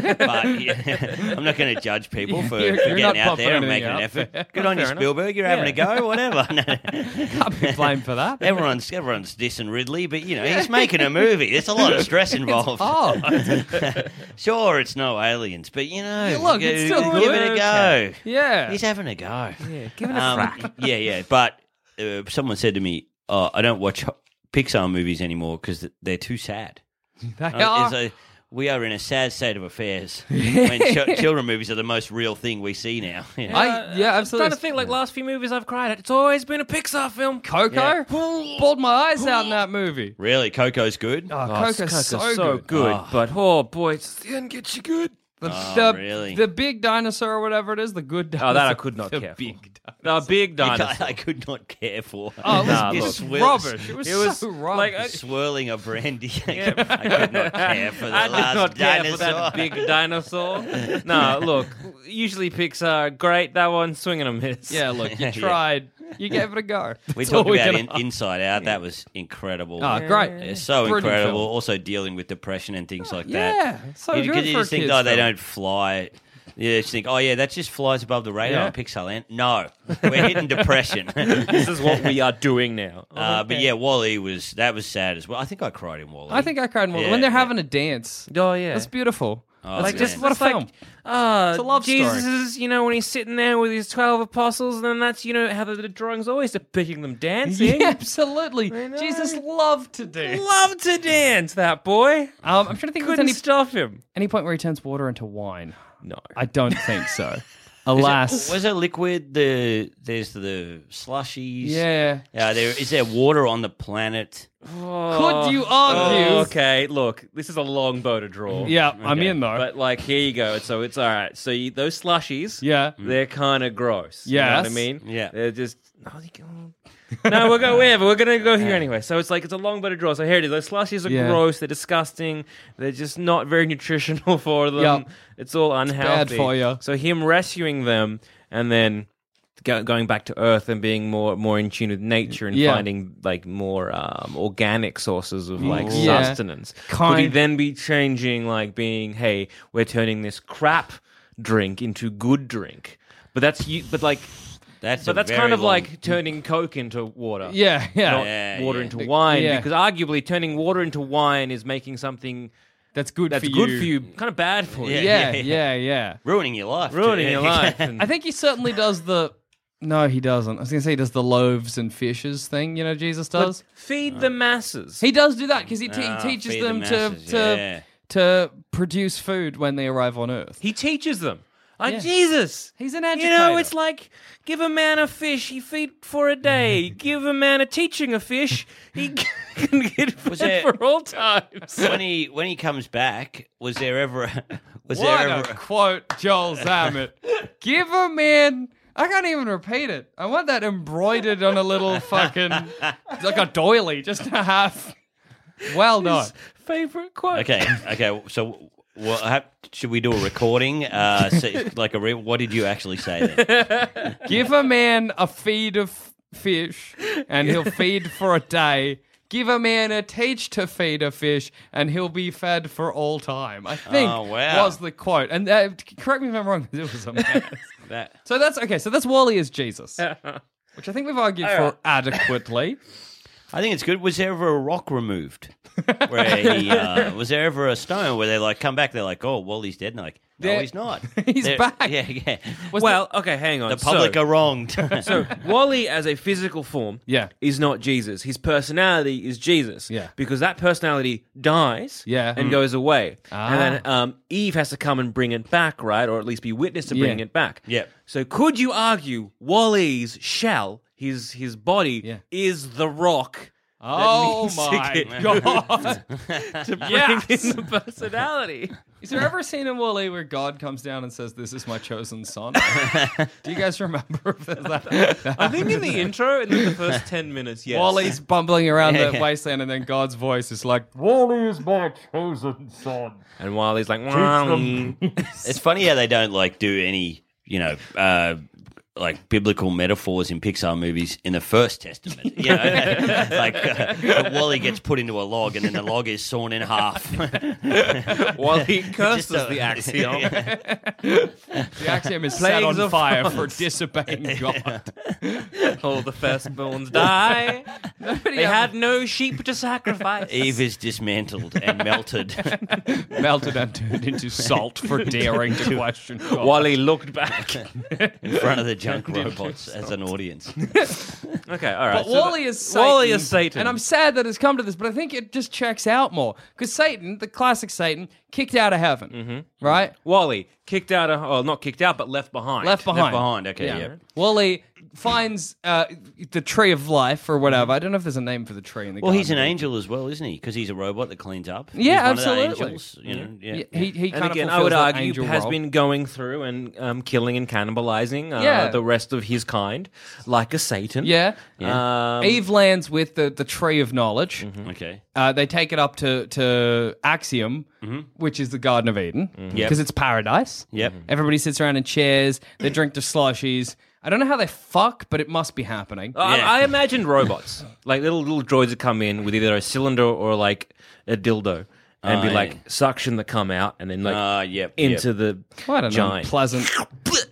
[SPEAKER 4] yeah, I'm not going to judge people for,
[SPEAKER 2] You're-
[SPEAKER 4] for
[SPEAKER 2] you're not
[SPEAKER 4] getting out there and
[SPEAKER 2] pumping
[SPEAKER 4] making
[SPEAKER 2] anything
[SPEAKER 4] an
[SPEAKER 2] up.
[SPEAKER 4] effort. Good on you,
[SPEAKER 1] Fair enough.
[SPEAKER 4] Spielberg. You're having a go, whatever. No.
[SPEAKER 2] Can't be blamed for that.
[SPEAKER 4] everyone's everyone's dissing Ridley, but you know he's making a movie. There's a lot of stress involved.
[SPEAKER 2] Oh,
[SPEAKER 4] Sure, it's no aliens, but you know,
[SPEAKER 2] Yeah, look, it's
[SPEAKER 4] g-
[SPEAKER 2] still
[SPEAKER 4] give it a
[SPEAKER 2] good.
[SPEAKER 4] go.
[SPEAKER 2] yeah.
[SPEAKER 4] He's having a go. Yeah,
[SPEAKER 1] give it a crack.
[SPEAKER 4] Yeah, yeah. But uh, someone said to me, oh, I don't watch ho- Pixar movies anymore because they're too sad.
[SPEAKER 2] They
[SPEAKER 4] And I-
[SPEAKER 2] are-
[SPEAKER 4] it's a- we are in a sad state of affairs when ch- children movies are the most real thing we see now. you know.
[SPEAKER 2] I, yeah,
[SPEAKER 1] Starting
[SPEAKER 2] absolutely.
[SPEAKER 1] to think like last few movies I've cried at. It's always been a Pixar film.
[SPEAKER 2] Coco?
[SPEAKER 4] Yeah.
[SPEAKER 2] Bawled my eyes out in that movie.
[SPEAKER 4] really, Coco's good.
[SPEAKER 2] Oh,
[SPEAKER 1] Oh,
[SPEAKER 2] Coco's, so, good.
[SPEAKER 4] Oh.
[SPEAKER 1] but oh boy, it's the end gets you good.
[SPEAKER 2] The,
[SPEAKER 4] Oh,
[SPEAKER 2] the,
[SPEAKER 4] really?
[SPEAKER 2] the big dinosaur or whatever it is, the good dinosaur.
[SPEAKER 1] Oh, that I could not
[SPEAKER 2] the
[SPEAKER 1] care for.
[SPEAKER 2] Big di-
[SPEAKER 1] The big dinosaur.
[SPEAKER 4] I could not care for.
[SPEAKER 2] Oh, it was,
[SPEAKER 1] Nah,
[SPEAKER 2] it
[SPEAKER 4] Just
[SPEAKER 2] was
[SPEAKER 4] swir-
[SPEAKER 2] rubbish. It was,
[SPEAKER 1] It was
[SPEAKER 2] so rubbish.
[SPEAKER 1] like, I-
[SPEAKER 4] Swirling a brandy, I could not care for the
[SPEAKER 1] I did
[SPEAKER 4] last
[SPEAKER 1] not care
[SPEAKER 4] dinosaur.
[SPEAKER 1] for that big dinosaur. no, look, usually Pixar great. That one swing and a miss.
[SPEAKER 2] yeah, look, you
[SPEAKER 4] Yeah.
[SPEAKER 2] tried. You gave it a go.
[SPEAKER 4] We
[SPEAKER 2] That's all
[SPEAKER 4] talked about
[SPEAKER 2] can
[SPEAKER 4] in, Inside Out. That was incredible.
[SPEAKER 2] Oh, great.
[SPEAKER 4] It's so
[SPEAKER 2] Brilliant
[SPEAKER 4] incredible.
[SPEAKER 2] film. Oh,
[SPEAKER 4] Also dealing with depression and things like that.
[SPEAKER 2] Yeah, so
[SPEAKER 4] you,
[SPEAKER 2] good
[SPEAKER 4] 'cause you
[SPEAKER 2] for a
[SPEAKER 4] just think,
[SPEAKER 2] kid's
[SPEAKER 4] oh, they
[SPEAKER 2] film.
[SPEAKER 4] don't fly. You just think, oh yeah, that just flies above the radar
[SPEAKER 2] Yeah.
[SPEAKER 4] on Pixar Land. No, we're hitting depression.
[SPEAKER 1] this is what we are doing now.
[SPEAKER 4] uh, but yeah, Wally was that was sad as well. I think I cried in Wally.
[SPEAKER 2] I think I cried more.
[SPEAKER 4] Yeah,
[SPEAKER 2] when they're
[SPEAKER 4] yeah.
[SPEAKER 2] having a dance,
[SPEAKER 1] Oh yeah.
[SPEAKER 2] that's beautiful.
[SPEAKER 4] Oh,
[SPEAKER 2] like,
[SPEAKER 4] man.
[SPEAKER 2] just what a
[SPEAKER 1] It's like-
[SPEAKER 2] film.
[SPEAKER 1] Uh,
[SPEAKER 2] It's a love story.
[SPEAKER 1] Jesus is, you know, when he's sitting there with his 12 apostles, and then that's, you know, how the, the drawing's always depicting them dancing.
[SPEAKER 2] Yeah, absolutely. Jesus loved to dance.
[SPEAKER 1] Love to dance, that boy.
[SPEAKER 2] Um, I'm trying to think of
[SPEAKER 1] Couldn't
[SPEAKER 2] any,
[SPEAKER 1] stop him.
[SPEAKER 2] any point where he turns water into wine.
[SPEAKER 1] No.
[SPEAKER 2] I don't think so. Alas.
[SPEAKER 4] was it liquid? The there's the slushies.
[SPEAKER 2] yeah.
[SPEAKER 4] Uh, there is there water on the planet.
[SPEAKER 2] Could you argue?
[SPEAKER 1] Oh. okay, look, this is a long bow to draw.
[SPEAKER 2] Yeah, I'm in though.
[SPEAKER 1] Oh, But, like, here you go. So it's all right. So you, those slushies,
[SPEAKER 2] yeah.
[SPEAKER 1] they're kind of gross. You know what I
[SPEAKER 2] Mm. Yes.
[SPEAKER 1] mean?
[SPEAKER 4] Yeah.
[SPEAKER 1] They're just. oh, they go- no, we'll go wherever. We're going to go here anyway. So it's like, it's a long bit of draw. So here it is. Those slushies are
[SPEAKER 2] Yeah.
[SPEAKER 1] gross. They're disgusting. They're just not very nutritional for them.
[SPEAKER 2] Yep.
[SPEAKER 1] It's all unhealthy.
[SPEAKER 2] for you.
[SPEAKER 1] So him rescuing them and then. go- Going back to Earth and being more more in tune with nature and
[SPEAKER 2] Yeah.
[SPEAKER 1] finding like more um, organic sources of like
[SPEAKER 2] Yeah.
[SPEAKER 1] sustenance. Could he
[SPEAKER 2] Kind-
[SPEAKER 1] then be changing like being, hey, we're turning this crap drink into good drink? But that's you. But like,
[SPEAKER 4] That's
[SPEAKER 1] but
[SPEAKER 4] a
[SPEAKER 1] that's
[SPEAKER 4] very
[SPEAKER 1] kind of
[SPEAKER 4] long-
[SPEAKER 1] like turning Coke into water.
[SPEAKER 2] Yeah, yeah.
[SPEAKER 1] Not
[SPEAKER 4] Yeah,
[SPEAKER 1] water
[SPEAKER 4] yeah.
[SPEAKER 1] into wine
[SPEAKER 2] Yeah.
[SPEAKER 1] because arguably turning water into wine is making something
[SPEAKER 2] That's good
[SPEAKER 1] that's
[SPEAKER 2] for
[SPEAKER 1] good
[SPEAKER 2] you.
[SPEAKER 1] for you kind of bad for you.
[SPEAKER 2] Yeah,
[SPEAKER 4] Yeah,
[SPEAKER 2] yeah, yeah.
[SPEAKER 4] ruining your life,
[SPEAKER 1] Ruining
[SPEAKER 4] too.
[SPEAKER 1] your life. And
[SPEAKER 2] I think he certainly does the No, he doesn't. I was going to say he does the loaves and fishes thing, you know, Jesus does.
[SPEAKER 1] feed the masses.
[SPEAKER 2] he does do that cuz he, te- he
[SPEAKER 4] Ah,
[SPEAKER 2] teaches
[SPEAKER 4] feed the
[SPEAKER 2] them
[SPEAKER 4] masses,
[SPEAKER 2] to to
[SPEAKER 4] yeah.
[SPEAKER 2] to produce food when they arrive on earth.
[SPEAKER 1] He teaches them. Like
[SPEAKER 2] Yeah.
[SPEAKER 1] Jesus.
[SPEAKER 2] He's an
[SPEAKER 1] You know,
[SPEAKER 2] educator.
[SPEAKER 1] it's like give a man a fish, he feed for a day. give a man a teaching a fish, he can get fed
[SPEAKER 4] there-
[SPEAKER 1] for all times.
[SPEAKER 4] when he when he comes back, was there ever a-
[SPEAKER 2] What
[SPEAKER 4] was there
[SPEAKER 2] a
[SPEAKER 4] ever a-
[SPEAKER 2] quote, Joel Zammett. Give a man. I can't even repeat it. I want that embroidered on a little fucking, like a doily, just to have. Well done.
[SPEAKER 1] Favorite quote.
[SPEAKER 4] okay okay so what hap- should we do a recording uh so, like a re- what did you actually say then?
[SPEAKER 2] Give a man a feed of fish, and he'll feed for a day. Give a man a teach to feed a fish, and he'll be fed for all time. I think
[SPEAKER 4] Oh, wow.
[SPEAKER 2] was the quote. And uh, correct me if I'm wrong. It was a man.
[SPEAKER 4] that Uh-huh.
[SPEAKER 2] So that's okay. So that's Wally is Jesus, which I think we've argued for adequately.
[SPEAKER 4] I think it's good. Was there ever a rock removed? Where he, uh, was there ever a stone where they like come back? They're like, oh, well, he's dead. And they're like, no,
[SPEAKER 2] They're-
[SPEAKER 4] he's not.
[SPEAKER 2] He's
[SPEAKER 4] They're-
[SPEAKER 2] back.
[SPEAKER 4] Yeah, yeah.
[SPEAKER 1] well, okay, hang on.
[SPEAKER 4] the public
[SPEAKER 1] so,
[SPEAKER 4] are wronged.
[SPEAKER 1] so Wally as a physical form
[SPEAKER 2] Yeah.
[SPEAKER 1] is not Jesus. His personality is Jesus.
[SPEAKER 2] Yeah.
[SPEAKER 1] Because that personality dies
[SPEAKER 2] Yeah.
[SPEAKER 1] and
[SPEAKER 2] Mm.
[SPEAKER 1] goes away.
[SPEAKER 2] Ah.
[SPEAKER 1] And then um, Eve has to come and bring it back, right? Or at least be witness to
[SPEAKER 2] Yeah.
[SPEAKER 1] bringing it back.
[SPEAKER 4] Yep.
[SPEAKER 1] So could you argue Wally's shell, his his body,
[SPEAKER 2] Yeah.
[SPEAKER 1] is the rock
[SPEAKER 2] Oh
[SPEAKER 1] needs to
[SPEAKER 2] my
[SPEAKER 1] get-
[SPEAKER 2] god!
[SPEAKER 1] to bring in
[SPEAKER 2] Yes.
[SPEAKER 1] the personality?
[SPEAKER 2] Is there ever a scene in Wally where God comes down and says, "This is my chosen son"? Do you guys remember if there's that? that
[SPEAKER 1] I think in the intro, in the first 10 minutes, yes.
[SPEAKER 2] Wally's bumbling around
[SPEAKER 4] Yeah,
[SPEAKER 2] the
[SPEAKER 4] yeah.
[SPEAKER 2] wasteland, and then God's voice is like,
[SPEAKER 5] Wally is my chosen son.
[SPEAKER 1] And Wally's like, "Wah."
[SPEAKER 4] It's funny how they don't like do any, you know, uh, like biblical metaphors in Pixar movies in the First Testament. You know, like uh, Wally gets put into a log and then the log is sawn in half.
[SPEAKER 1] Wally curses
[SPEAKER 4] Just a-
[SPEAKER 1] the axiom.
[SPEAKER 2] "The axiom is set
[SPEAKER 1] Plagues
[SPEAKER 2] on
[SPEAKER 1] of
[SPEAKER 2] fire
[SPEAKER 1] France.
[SPEAKER 2] for disobeying God."
[SPEAKER 1] All the firstborns die.
[SPEAKER 2] Nobody
[SPEAKER 1] They
[SPEAKER 2] ever
[SPEAKER 1] had no sheep to sacrifice.
[SPEAKER 4] Eve is dismantled and melted.
[SPEAKER 2] melted and turned into salt for daring to question God.
[SPEAKER 1] Wally looked back.
[SPEAKER 4] in front of the junk robots as an audience.
[SPEAKER 1] okay, all right.
[SPEAKER 2] But Wally is Satan.
[SPEAKER 1] Wally is Satan.
[SPEAKER 2] And I'm sad that it's come to this, but I think it just checks out more. Because Satan, the classic Satan, kicked out of heaven,
[SPEAKER 1] Mm-hmm.
[SPEAKER 2] right?
[SPEAKER 1] Wally kicked out of, well, not kicked out, but left behind.
[SPEAKER 2] Left behind.
[SPEAKER 4] behind, okay, yeah.
[SPEAKER 2] Wally finds uh, the tree of life or whatever. I don't know if there's a name for the tree in the
[SPEAKER 4] Well, he's an
[SPEAKER 2] garden.
[SPEAKER 4] angel as well, isn't he? Because he's a robot that cleans up.
[SPEAKER 2] Yeah,
[SPEAKER 4] He's one of the
[SPEAKER 2] absolutely.
[SPEAKER 4] angels, you know, yeah.
[SPEAKER 2] Yeah, he he
[SPEAKER 1] And
[SPEAKER 2] kind of
[SPEAKER 1] again,
[SPEAKER 2] fulfills
[SPEAKER 1] I would
[SPEAKER 2] that
[SPEAKER 1] argue
[SPEAKER 2] angel
[SPEAKER 1] has
[SPEAKER 2] role.
[SPEAKER 1] been going through and um, killing and cannibalizing uh,
[SPEAKER 2] Yeah.
[SPEAKER 1] the rest of his kind, like a Satan.
[SPEAKER 2] Yeah.
[SPEAKER 1] Um,
[SPEAKER 2] Eve lands with the, the tree of knowledge.
[SPEAKER 1] Mm-hmm.
[SPEAKER 4] Okay.
[SPEAKER 2] Uh, they take it up to to Axiom, which is the Garden of Eden, because
[SPEAKER 4] Yep.
[SPEAKER 2] it's paradise.
[SPEAKER 4] Yep. Mhm.
[SPEAKER 2] Everybody sits around in chairs. They drink their slushies. I don't know how they fuck, but it must be happening.
[SPEAKER 4] Yeah.
[SPEAKER 1] I, I imagined robots, like little little droids that come in with either a cylinder or like a dildo, and
[SPEAKER 4] Oh,
[SPEAKER 1] be
[SPEAKER 4] yeah.
[SPEAKER 1] like suction the cum out, and then like
[SPEAKER 4] Uh, yep.
[SPEAKER 1] into
[SPEAKER 4] yep.
[SPEAKER 1] the
[SPEAKER 2] Well, I don't
[SPEAKER 1] giant.
[SPEAKER 2] know. Pleasant.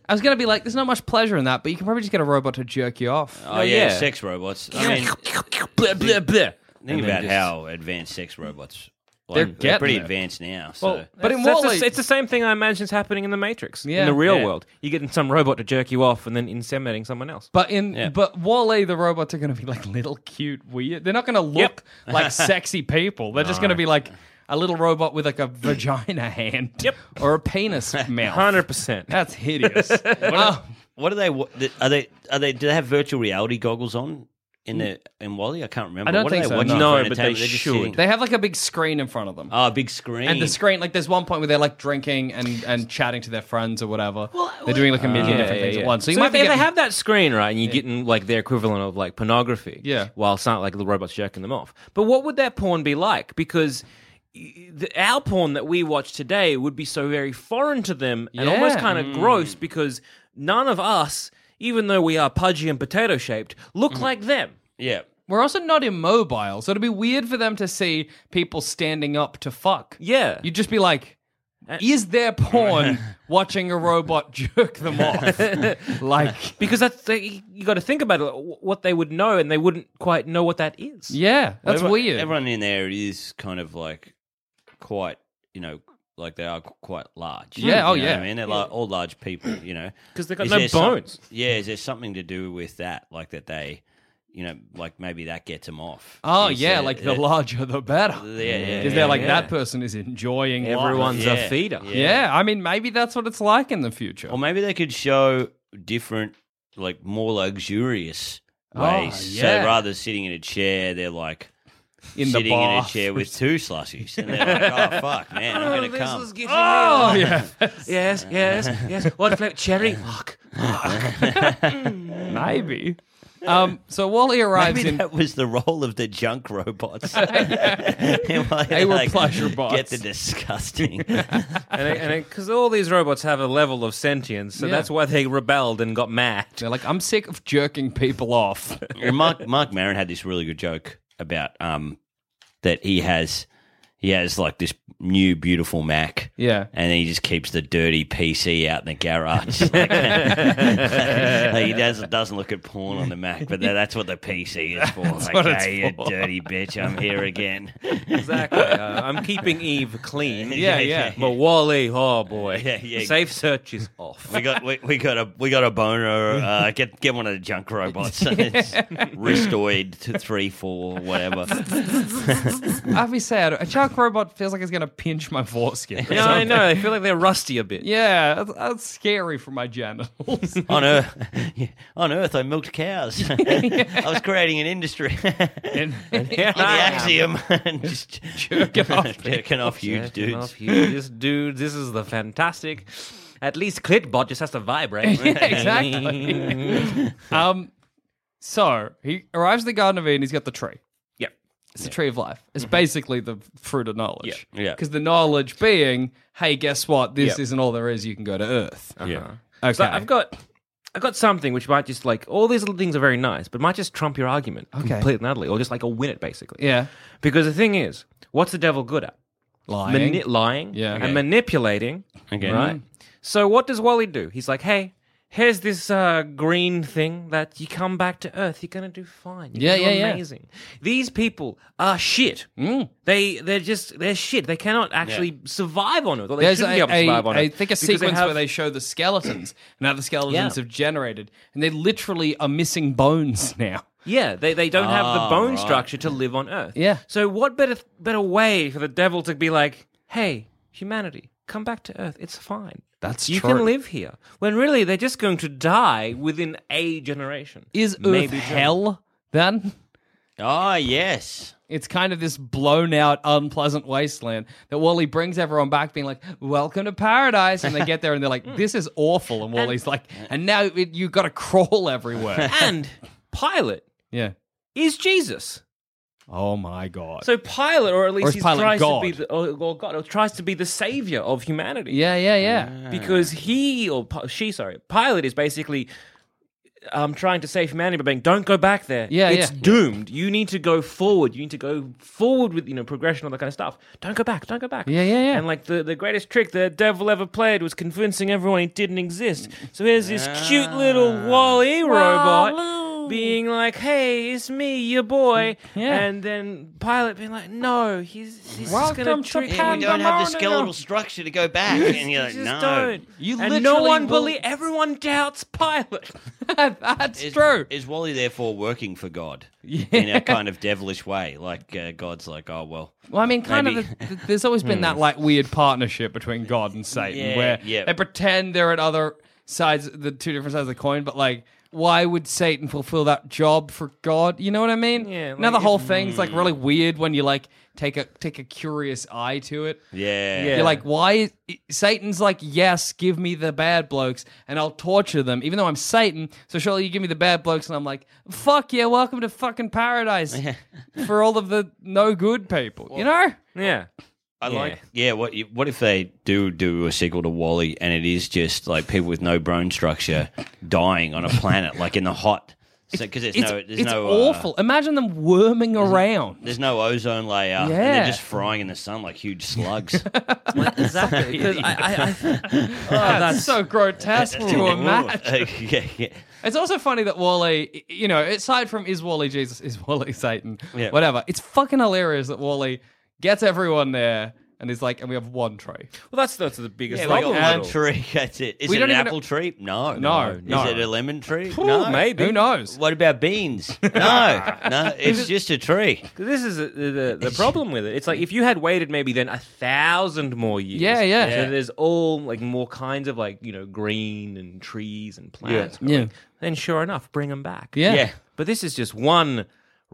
[SPEAKER 2] I was gonna be like, there's not much pleasure in that, but you can probably just get a robot to jerk you off.
[SPEAKER 4] Oh, yeah,
[SPEAKER 1] yeah.
[SPEAKER 4] sex robots. I mean,
[SPEAKER 1] Blah, blah, blah.
[SPEAKER 4] Think
[SPEAKER 1] And then
[SPEAKER 4] about
[SPEAKER 1] just-
[SPEAKER 4] how advanced sex robots. Like,
[SPEAKER 2] They're uh,
[SPEAKER 4] they're,
[SPEAKER 2] getting
[SPEAKER 4] pretty
[SPEAKER 2] there.
[SPEAKER 4] advanced now. So
[SPEAKER 2] but in
[SPEAKER 1] That's- that's
[SPEAKER 2] Wally,
[SPEAKER 1] the- it's the same thing I imagine is happening in the Matrix.
[SPEAKER 2] Yeah.
[SPEAKER 1] in the real
[SPEAKER 4] Yeah.
[SPEAKER 1] world, you're getting some robot to jerk you off and then inseminating someone else.
[SPEAKER 2] But in
[SPEAKER 4] Yeah.
[SPEAKER 2] but Wally, the robots are going to be like little cute weird. They're not going to look like sexy people. They're just going to be like a little robot with like a vagina hand,
[SPEAKER 1] Yep.
[SPEAKER 2] or a penis mouth.
[SPEAKER 1] Hundred percent.
[SPEAKER 2] That's hideous. Oh,
[SPEAKER 4] what are they? What, are they? Are they? Do they have virtual reality goggles on in the in Wally? I can't remember.
[SPEAKER 2] I don't
[SPEAKER 4] what
[SPEAKER 2] think
[SPEAKER 4] are they
[SPEAKER 2] so,
[SPEAKER 4] watching
[SPEAKER 1] no.
[SPEAKER 4] for
[SPEAKER 1] No, but they
[SPEAKER 4] entertainment? They're just
[SPEAKER 1] should.
[SPEAKER 4] sitting-
[SPEAKER 2] they have like a big screen in front of them,
[SPEAKER 4] Oh, big screen.
[SPEAKER 2] and the screen like there's one point where they're like drinking and and chatting to their friends or whatever. they're doing
[SPEAKER 4] Oh,
[SPEAKER 2] like a million different things at once. So you might
[SPEAKER 1] if,
[SPEAKER 2] be
[SPEAKER 1] if
[SPEAKER 2] getting,
[SPEAKER 1] they have that screen right, and you're getting like their equivalent of like pornography,
[SPEAKER 2] Yeah.
[SPEAKER 1] while it's not like the robots jerking them off. But what would that porn be like? Because y- the, our porn that we watch today would be so very foreign to them and
[SPEAKER 2] Yeah.
[SPEAKER 1] almost kind
[SPEAKER 2] Mm.
[SPEAKER 1] of gross because none of us, even though we are pudgy and potato shaped, look
[SPEAKER 2] Mm.
[SPEAKER 1] like them.
[SPEAKER 4] yeah.
[SPEAKER 2] we're also not immobile, so it'd be weird for them to see people standing up to fuck.
[SPEAKER 1] Yeah,
[SPEAKER 2] You'd just be like,
[SPEAKER 4] Uh,
[SPEAKER 2] is there porn watching a robot jerk them off? like,
[SPEAKER 1] because that's the, you got to think about it, wh- what they would know, and they wouldn't quite know what that is.
[SPEAKER 2] yeah, that's
[SPEAKER 4] Everyone-
[SPEAKER 2] weird.
[SPEAKER 4] Everyone in there is kind of like quite, you know, like they are qu- quite large.
[SPEAKER 2] Yeah,
[SPEAKER 4] You
[SPEAKER 2] oh,
[SPEAKER 4] know what
[SPEAKER 2] yeah.
[SPEAKER 4] I mean, they're like all large people. You know,
[SPEAKER 1] 'Cause they've got
[SPEAKER 4] Is
[SPEAKER 1] no
[SPEAKER 4] there some-
[SPEAKER 1] bones.
[SPEAKER 4] yeah, is there something to do with that? Like that they, you know, like maybe that gets them off.
[SPEAKER 2] oh,
[SPEAKER 4] Is
[SPEAKER 2] yeah,
[SPEAKER 4] there-
[SPEAKER 2] like the
[SPEAKER 4] uh,
[SPEAKER 2] larger the better.
[SPEAKER 4] Yeah, yeah,
[SPEAKER 2] Because they're like,
[SPEAKER 1] yeah.
[SPEAKER 2] that person is enjoying life."
[SPEAKER 1] Everyone's
[SPEAKER 4] Yeah,
[SPEAKER 1] a feeder.
[SPEAKER 4] yeah.
[SPEAKER 2] Yeah, I mean, maybe that's what it's like in the future.
[SPEAKER 4] Or maybe they could show different, like more luxurious ways.
[SPEAKER 2] Oh, yeah.
[SPEAKER 4] So rather than sitting in a chair, they're like
[SPEAKER 2] In the
[SPEAKER 4] sitting in a
[SPEAKER 2] bath.
[SPEAKER 4] chair with two slushies, and they're like, "Oh fuck, man, I'm gonna
[SPEAKER 1] this
[SPEAKER 4] come."
[SPEAKER 1] is getting
[SPEAKER 2] Oh, yeah.
[SPEAKER 1] Yes, yes, yes. What flavour? Cherry? Fuck.
[SPEAKER 2] maybe. Um, so Wally arrives
[SPEAKER 4] Maybe
[SPEAKER 2] in.
[SPEAKER 4] that was the role of the junk robots. they
[SPEAKER 2] were pleasure bots.
[SPEAKER 4] Get the disgusting.
[SPEAKER 1] And because all these robots have a level of sentience, so
[SPEAKER 2] Yeah.
[SPEAKER 1] that's why they rebelled and got mad.
[SPEAKER 2] They're like, I'm sick of jerking people off.
[SPEAKER 4] Well, Mark Mark Maron had this really good joke about um that he has he has like this new beautiful Mac
[SPEAKER 2] Yeah.
[SPEAKER 4] and then he just keeps the dirty PC out in the garage. like, like, he doesn't doesn't look at porn on the Mac, but tha- that's what the PC is for. like,
[SPEAKER 2] what it's
[SPEAKER 4] hey, you
[SPEAKER 2] for."
[SPEAKER 4] dirty bitch, I'm here again.
[SPEAKER 1] Exactly. Uh, I'm keeping Eve clean.
[SPEAKER 4] Yeah, yeah.
[SPEAKER 1] But Wally, oh boy.
[SPEAKER 4] Yeah, yeah.
[SPEAKER 1] Safe search is off.
[SPEAKER 4] we got we, we got a we got a boner. Uh, get get one of the junk robots. It's Ristoid to three four whatever.
[SPEAKER 2] I have to say, I don't- a shark robot feels like it's going to pinch my foreskin.
[SPEAKER 1] Yeah, I know. I feel like they're rusty a bit.
[SPEAKER 2] Yeah, that's, that's scary for my genitals.
[SPEAKER 4] on Earth, on Earth, I milked cows. I was creating an industry.
[SPEAKER 1] Yeah.
[SPEAKER 4] on the axiom and just jerking off, huge
[SPEAKER 1] Jerking
[SPEAKER 4] dudes.
[SPEAKER 1] off Huge dudes. This is the fantastic. At least Clitbot just has to vibrate.
[SPEAKER 2] exactly. um, so he arrives at the Garden of Eden. He's got the tree.
[SPEAKER 1] Yep.
[SPEAKER 2] It's the tree of life. It's basically the fruit of knowledge.
[SPEAKER 4] Mm-hmm. Yeah. Yeah.
[SPEAKER 2] Because the knowledge being, hey, guess what? This
[SPEAKER 1] Yep.
[SPEAKER 2] isn't all there is. You can go to Earth.
[SPEAKER 4] Yeah.
[SPEAKER 2] Okay.
[SPEAKER 1] Uh-huh. So I've got I've got something which might just like all these little things are very nice, but might just trump your argument completely and utterly, or just like a win it basically.
[SPEAKER 2] yeah.
[SPEAKER 1] Because the thing is, what's the devil good at?
[SPEAKER 2] Lying.
[SPEAKER 1] Mani- lying
[SPEAKER 2] Yeah.
[SPEAKER 1] and
[SPEAKER 2] Okay. Hmm.
[SPEAKER 1] manipulating.
[SPEAKER 4] Okay.
[SPEAKER 1] Right. So what does Wally do? He's like, hey. Here's this uh, green thing that you come back to Earth, you're gonna do fine. You're
[SPEAKER 2] Yeah,
[SPEAKER 1] gonna do
[SPEAKER 2] yeah, Hmm. yeah.
[SPEAKER 1] amazing. These people are shit. They they're just they're shit. They cannot actually survive on Earth. Or they
[SPEAKER 2] There's
[SPEAKER 1] shouldn't
[SPEAKER 2] a,
[SPEAKER 1] be able to
[SPEAKER 2] a-
[SPEAKER 1] survive on
[SPEAKER 2] I
[SPEAKER 1] Earth
[SPEAKER 2] think a
[SPEAKER 1] because
[SPEAKER 2] sequence
[SPEAKER 1] have-
[SPEAKER 2] where they show the skeletons and how the skeletons
[SPEAKER 1] Yeah.
[SPEAKER 2] have generated, and they literally are missing bones now.
[SPEAKER 1] Yeah, they, they don't have the bone
[SPEAKER 4] right.
[SPEAKER 1] structure to live on Earth.
[SPEAKER 2] Ah, Yeah.
[SPEAKER 1] So what better better way for the devil to be like, hey, humanity, come back to Earth. It's fine.
[SPEAKER 2] That's
[SPEAKER 1] you
[SPEAKER 2] true.
[SPEAKER 1] can live here. When really they're just going to die within a generation.
[SPEAKER 2] Is Earth
[SPEAKER 1] Maybe two.
[SPEAKER 2] hell then?
[SPEAKER 4] Ah, yes.
[SPEAKER 2] It's kind of this blown out, unpleasant wasteland that Wally brings everyone back, being like, "Welcome to paradise," and they get there and they're like, "This is awful," and Wally's like, "And now it, you got to crawl everywhere."
[SPEAKER 1] and Pilate
[SPEAKER 2] yeah.
[SPEAKER 1] is Jesus.
[SPEAKER 2] Oh my god.
[SPEAKER 1] So Pilate, or at
[SPEAKER 2] Or
[SPEAKER 1] least
[SPEAKER 2] is
[SPEAKER 1] he
[SPEAKER 2] Pilate
[SPEAKER 1] tries
[SPEAKER 2] God?
[SPEAKER 1] to be the, or, or God, or tries to be the savior of humanity.
[SPEAKER 2] yeah, yeah, yeah.
[SPEAKER 1] because he or Pi- she, sorry, Pilate is basically um, trying to save humanity by being, don't go back there.
[SPEAKER 2] Yeah,
[SPEAKER 1] it's
[SPEAKER 2] yeah.
[SPEAKER 1] doomed. You need to go forward. You need to go forward with you know progression, all that kind of stuff. Don't go back. Don't go back.
[SPEAKER 2] Yeah, yeah, yeah.
[SPEAKER 1] And like the, the greatest trick the devil ever played was convincing everyone he didn't exist. So here's this cute
[SPEAKER 2] Ah.
[SPEAKER 1] little Wally robot being like, "Hey, it's me, your boy,"
[SPEAKER 2] Yeah.
[SPEAKER 1] and then Pilot being like, "no, he's, he's just
[SPEAKER 2] Welcome
[SPEAKER 1] gonna
[SPEAKER 2] to
[SPEAKER 1] trick
[SPEAKER 4] Yeah, we
[SPEAKER 1] you."
[SPEAKER 4] don't have
[SPEAKER 2] Pandemonium.
[SPEAKER 4] the skeletal structure to go back. And you're like,
[SPEAKER 1] Just
[SPEAKER 4] no.
[SPEAKER 1] don't.
[SPEAKER 2] You
[SPEAKER 1] and no
[SPEAKER 2] literally
[SPEAKER 1] one
[SPEAKER 2] will-
[SPEAKER 1] believe. Everyone doubts Pilate.
[SPEAKER 2] That's
[SPEAKER 4] Is,
[SPEAKER 2] true.
[SPEAKER 4] Is Wally therefore working for God in a kind of devilish way? Like uh, God's like, oh well.
[SPEAKER 2] Well, I mean, kind
[SPEAKER 4] Maybe. Hmm.
[SPEAKER 2] of. th- There's always been that like weird partnership between God and Satan,
[SPEAKER 4] Yeah,
[SPEAKER 2] where
[SPEAKER 4] yeah.
[SPEAKER 2] they pretend they're at other sides, the two different sides of the coin. But like, why would Satan fulfill that job for God? You know what I mean?
[SPEAKER 1] Yeah,
[SPEAKER 2] now the
[SPEAKER 1] like,
[SPEAKER 2] whole
[SPEAKER 1] if-
[SPEAKER 2] thing's
[SPEAKER 4] hmm.
[SPEAKER 2] like really weird when you like take a take a curious eye to it.
[SPEAKER 4] Yeah.
[SPEAKER 1] Yeah.
[SPEAKER 2] You're like, why? Is, Satan's like, yes, give me the bad blokes, and I'll torture them, even though I'm Satan. So surely you give me the bad blokes, and I'm like, fuck yeah, welcome to fucking paradise for all of the no good people. you know?
[SPEAKER 1] Yeah.
[SPEAKER 4] I like. Yeah. What you- What if they do do a sequel to Wally and it is just like people with no bone structure dying on a planet, like in the hot? Because there's
[SPEAKER 2] it's,
[SPEAKER 4] no. There's
[SPEAKER 2] it's
[SPEAKER 4] no, uh,
[SPEAKER 2] awful. Imagine them worming around.
[SPEAKER 4] There's no ozone layer. and
[SPEAKER 2] Yeah.
[SPEAKER 4] they're just frying in the sun like huge slugs.
[SPEAKER 1] Exactly. Because I, I, I
[SPEAKER 2] Oh, that's so grotesque to imagine.
[SPEAKER 4] yeah, yeah.
[SPEAKER 2] It's also funny that Wally, you know, aside from is Wally Jesus, is Wally Satan,
[SPEAKER 4] Yeah.
[SPEAKER 2] whatever. It's fucking hilarious that Wally gets everyone there and is like, and we have one tree.
[SPEAKER 1] well, that's that's the biggest
[SPEAKER 4] Yeah, we
[SPEAKER 1] problem.
[SPEAKER 4] got
[SPEAKER 1] with
[SPEAKER 4] one
[SPEAKER 1] all.
[SPEAKER 4] tree. That's it. Is
[SPEAKER 2] We
[SPEAKER 4] it
[SPEAKER 2] don't
[SPEAKER 4] an
[SPEAKER 2] even-
[SPEAKER 4] apple tree? No,
[SPEAKER 2] No, no.
[SPEAKER 4] Is it a lemon tree?
[SPEAKER 1] Ooh,
[SPEAKER 4] no.
[SPEAKER 1] maybe.
[SPEAKER 2] Who knows?
[SPEAKER 4] What about beans? No, no. It's just a tree.
[SPEAKER 1] 'Cause This is the, the, the problem with it. It's like if you had waited maybe then a thousand more years.
[SPEAKER 2] Yeah, yeah.
[SPEAKER 1] So there's all like more kinds of like you know green and trees and plants.
[SPEAKER 2] Yeah.
[SPEAKER 1] growing, Then sure enough, bring them back.
[SPEAKER 2] Yeah.
[SPEAKER 4] Yeah.
[SPEAKER 1] But this is just one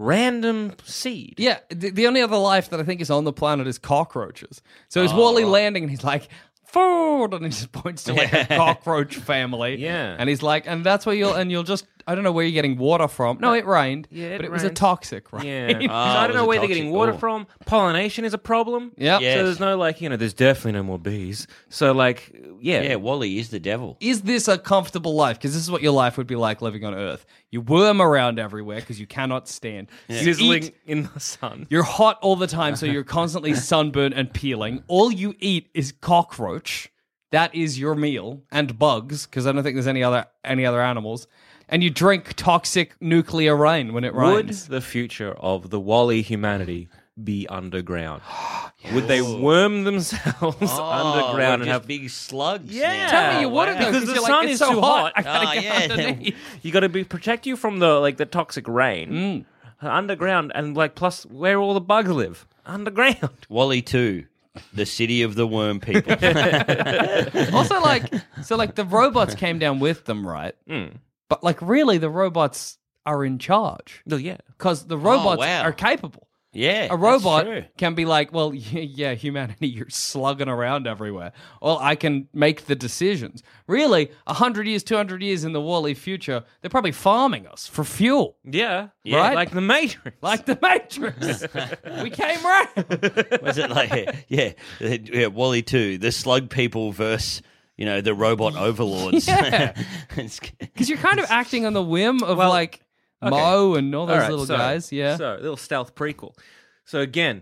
[SPEAKER 1] random seed.
[SPEAKER 2] Yeah, the, the only other life that I think is on the planet is cockroaches. So
[SPEAKER 1] Oh.
[SPEAKER 2] it's Wally landing and he's like, food, and he just points to like a cockroach family.
[SPEAKER 1] Yeah.
[SPEAKER 2] And he's like, and that's where you'll, and you'll just I don't know where you're getting water from. No, it rained,
[SPEAKER 1] Yeah, it
[SPEAKER 2] but it was a
[SPEAKER 1] rained.
[SPEAKER 2] toxic rain.
[SPEAKER 1] Yeah. so
[SPEAKER 4] Ah,
[SPEAKER 1] I
[SPEAKER 4] it
[SPEAKER 1] don't
[SPEAKER 4] was
[SPEAKER 1] know
[SPEAKER 4] a
[SPEAKER 1] where they're
[SPEAKER 4] toxic-
[SPEAKER 1] getting water
[SPEAKER 4] oh.
[SPEAKER 1] from. Pollination is a problem.
[SPEAKER 2] Yep.
[SPEAKER 4] Yeah.
[SPEAKER 1] So
[SPEAKER 4] Yes.
[SPEAKER 1] there's no like, you know, there's definitely no more bees. So like, yeah.
[SPEAKER 4] Yeah, Wally is the devil.
[SPEAKER 2] Is this a comfortable life? Because this is what your life would be like living on Earth. You worm around everywhere because you cannot stand. You
[SPEAKER 1] Sizzling
[SPEAKER 2] eat-
[SPEAKER 1] in the sun.
[SPEAKER 2] You're hot all the time, so you're constantly sunburned and peeling. All you eat is cockroach. That is your meal and bugs, because I don't think there's any other any other animals. And you drink toxic nuclear rain when it
[SPEAKER 1] Would
[SPEAKER 2] rains.
[SPEAKER 1] the future of the Wally humanity be underground? Would they worm themselves
[SPEAKER 4] Oh, we're
[SPEAKER 1] underground and
[SPEAKER 4] just
[SPEAKER 1] have
[SPEAKER 4] big slugs.
[SPEAKER 1] Yeah.
[SPEAKER 4] now.
[SPEAKER 2] Tell me you wouldn't
[SPEAKER 4] wow.
[SPEAKER 2] though,
[SPEAKER 1] because the
[SPEAKER 2] you're like,
[SPEAKER 1] sun
[SPEAKER 2] "It's
[SPEAKER 1] is
[SPEAKER 2] so
[SPEAKER 1] too hot.
[SPEAKER 2] hot.
[SPEAKER 1] I gotta
[SPEAKER 4] Ah,
[SPEAKER 1] get
[SPEAKER 4] yeah.
[SPEAKER 1] underneath. You got to be protect you from the like the toxic rain
[SPEAKER 2] Mm.
[SPEAKER 1] underground and like plus where all the bugs live underground.
[SPEAKER 4] Wally Two, the city of the worm people.
[SPEAKER 2] also like so like the robots came down with them right but like really the robots are in charge
[SPEAKER 1] No, yeah.
[SPEAKER 2] because the robots
[SPEAKER 4] wow.
[SPEAKER 2] are capable
[SPEAKER 4] yeah,
[SPEAKER 2] a
[SPEAKER 4] that's
[SPEAKER 2] robot
[SPEAKER 4] true.
[SPEAKER 2] can be like well yeah, yeah humanity you're slugging around everywhere well i can make the decisions really 100 years 200 years in the wally future they're probably farming us for fuel
[SPEAKER 1] Yeah,
[SPEAKER 2] Right?
[SPEAKER 1] Like the Matrix.
[SPEAKER 2] like the matrix we came round.
[SPEAKER 4] Was it like yeah, yeah, Wally Two, the slug people versus you know the robot overlords?
[SPEAKER 2] Yeah.
[SPEAKER 4] It's-
[SPEAKER 2] because you're kind of acting on the whim of like mo and all those
[SPEAKER 1] All right,
[SPEAKER 2] little
[SPEAKER 1] so-
[SPEAKER 2] guys yeah
[SPEAKER 1] So little stealth prequel. So again,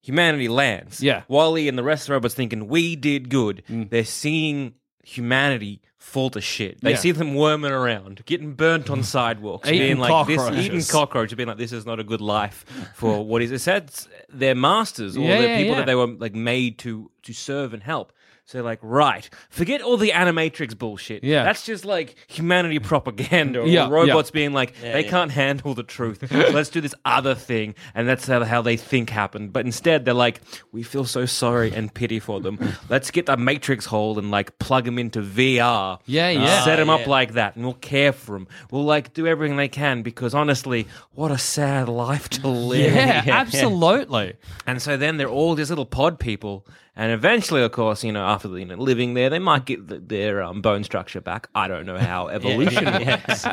[SPEAKER 1] humanity lands.
[SPEAKER 2] Yeah. Mm.
[SPEAKER 1] Wally and the rest of the robots thinking we did good. They're seeing humanity fall to shit. They
[SPEAKER 2] Yeah.
[SPEAKER 1] see them worming around, getting burnt on sidewalks,
[SPEAKER 2] Eating
[SPEAKER 1] being like
[SPEAKER 2] cockroaches.
[SPEAKER 1] this, eating cockroaches, being like this is not a good life for what is it said their masters or
[SPEAKER 2] Yeah,
[SPEAKER 1] the
[SPEAKER 2] yeah,
[SPEAKER 1] people
[SPEAKER 2] yeah.
[SPEAKER 1] that they were like made to to serve and help. So they're like, right, forget all the animatrix bullshit.
[SPEAKER 2] Yeah.
[SPEAKER 1] That's just like humanity propaganda or
[SPEAKER 2] Yeah, yeah.
[SPEAKER 1] robots being like, they
[SPEAKER 4] yeah.
[SPEAKER 1] can't handle the truth. So let's do this other thing. And that's how, how they think happened. But instead, they're like, we feel so sorry and pity for them. Let's get the Matrix hole and like plug them into VR.
[SPEAKER 2] Yeah,
[SPEAKER 1] And
[SPEAKER 2] yeah.
[SPEAKER 1] Set them
[SPEAKER 4] yeah.
[SPEAKER 1] up like that and we'll care for them. We'll like do everything they can because honestly, what a sad life to live.
[SPEAKER 2] yeah, absolutely.
[SPEAKER 1] And so then they're all just little pod people, and eventually, of course, you know, after you know, living there, they might get th their um, bone structure back. I don't know how evolution works.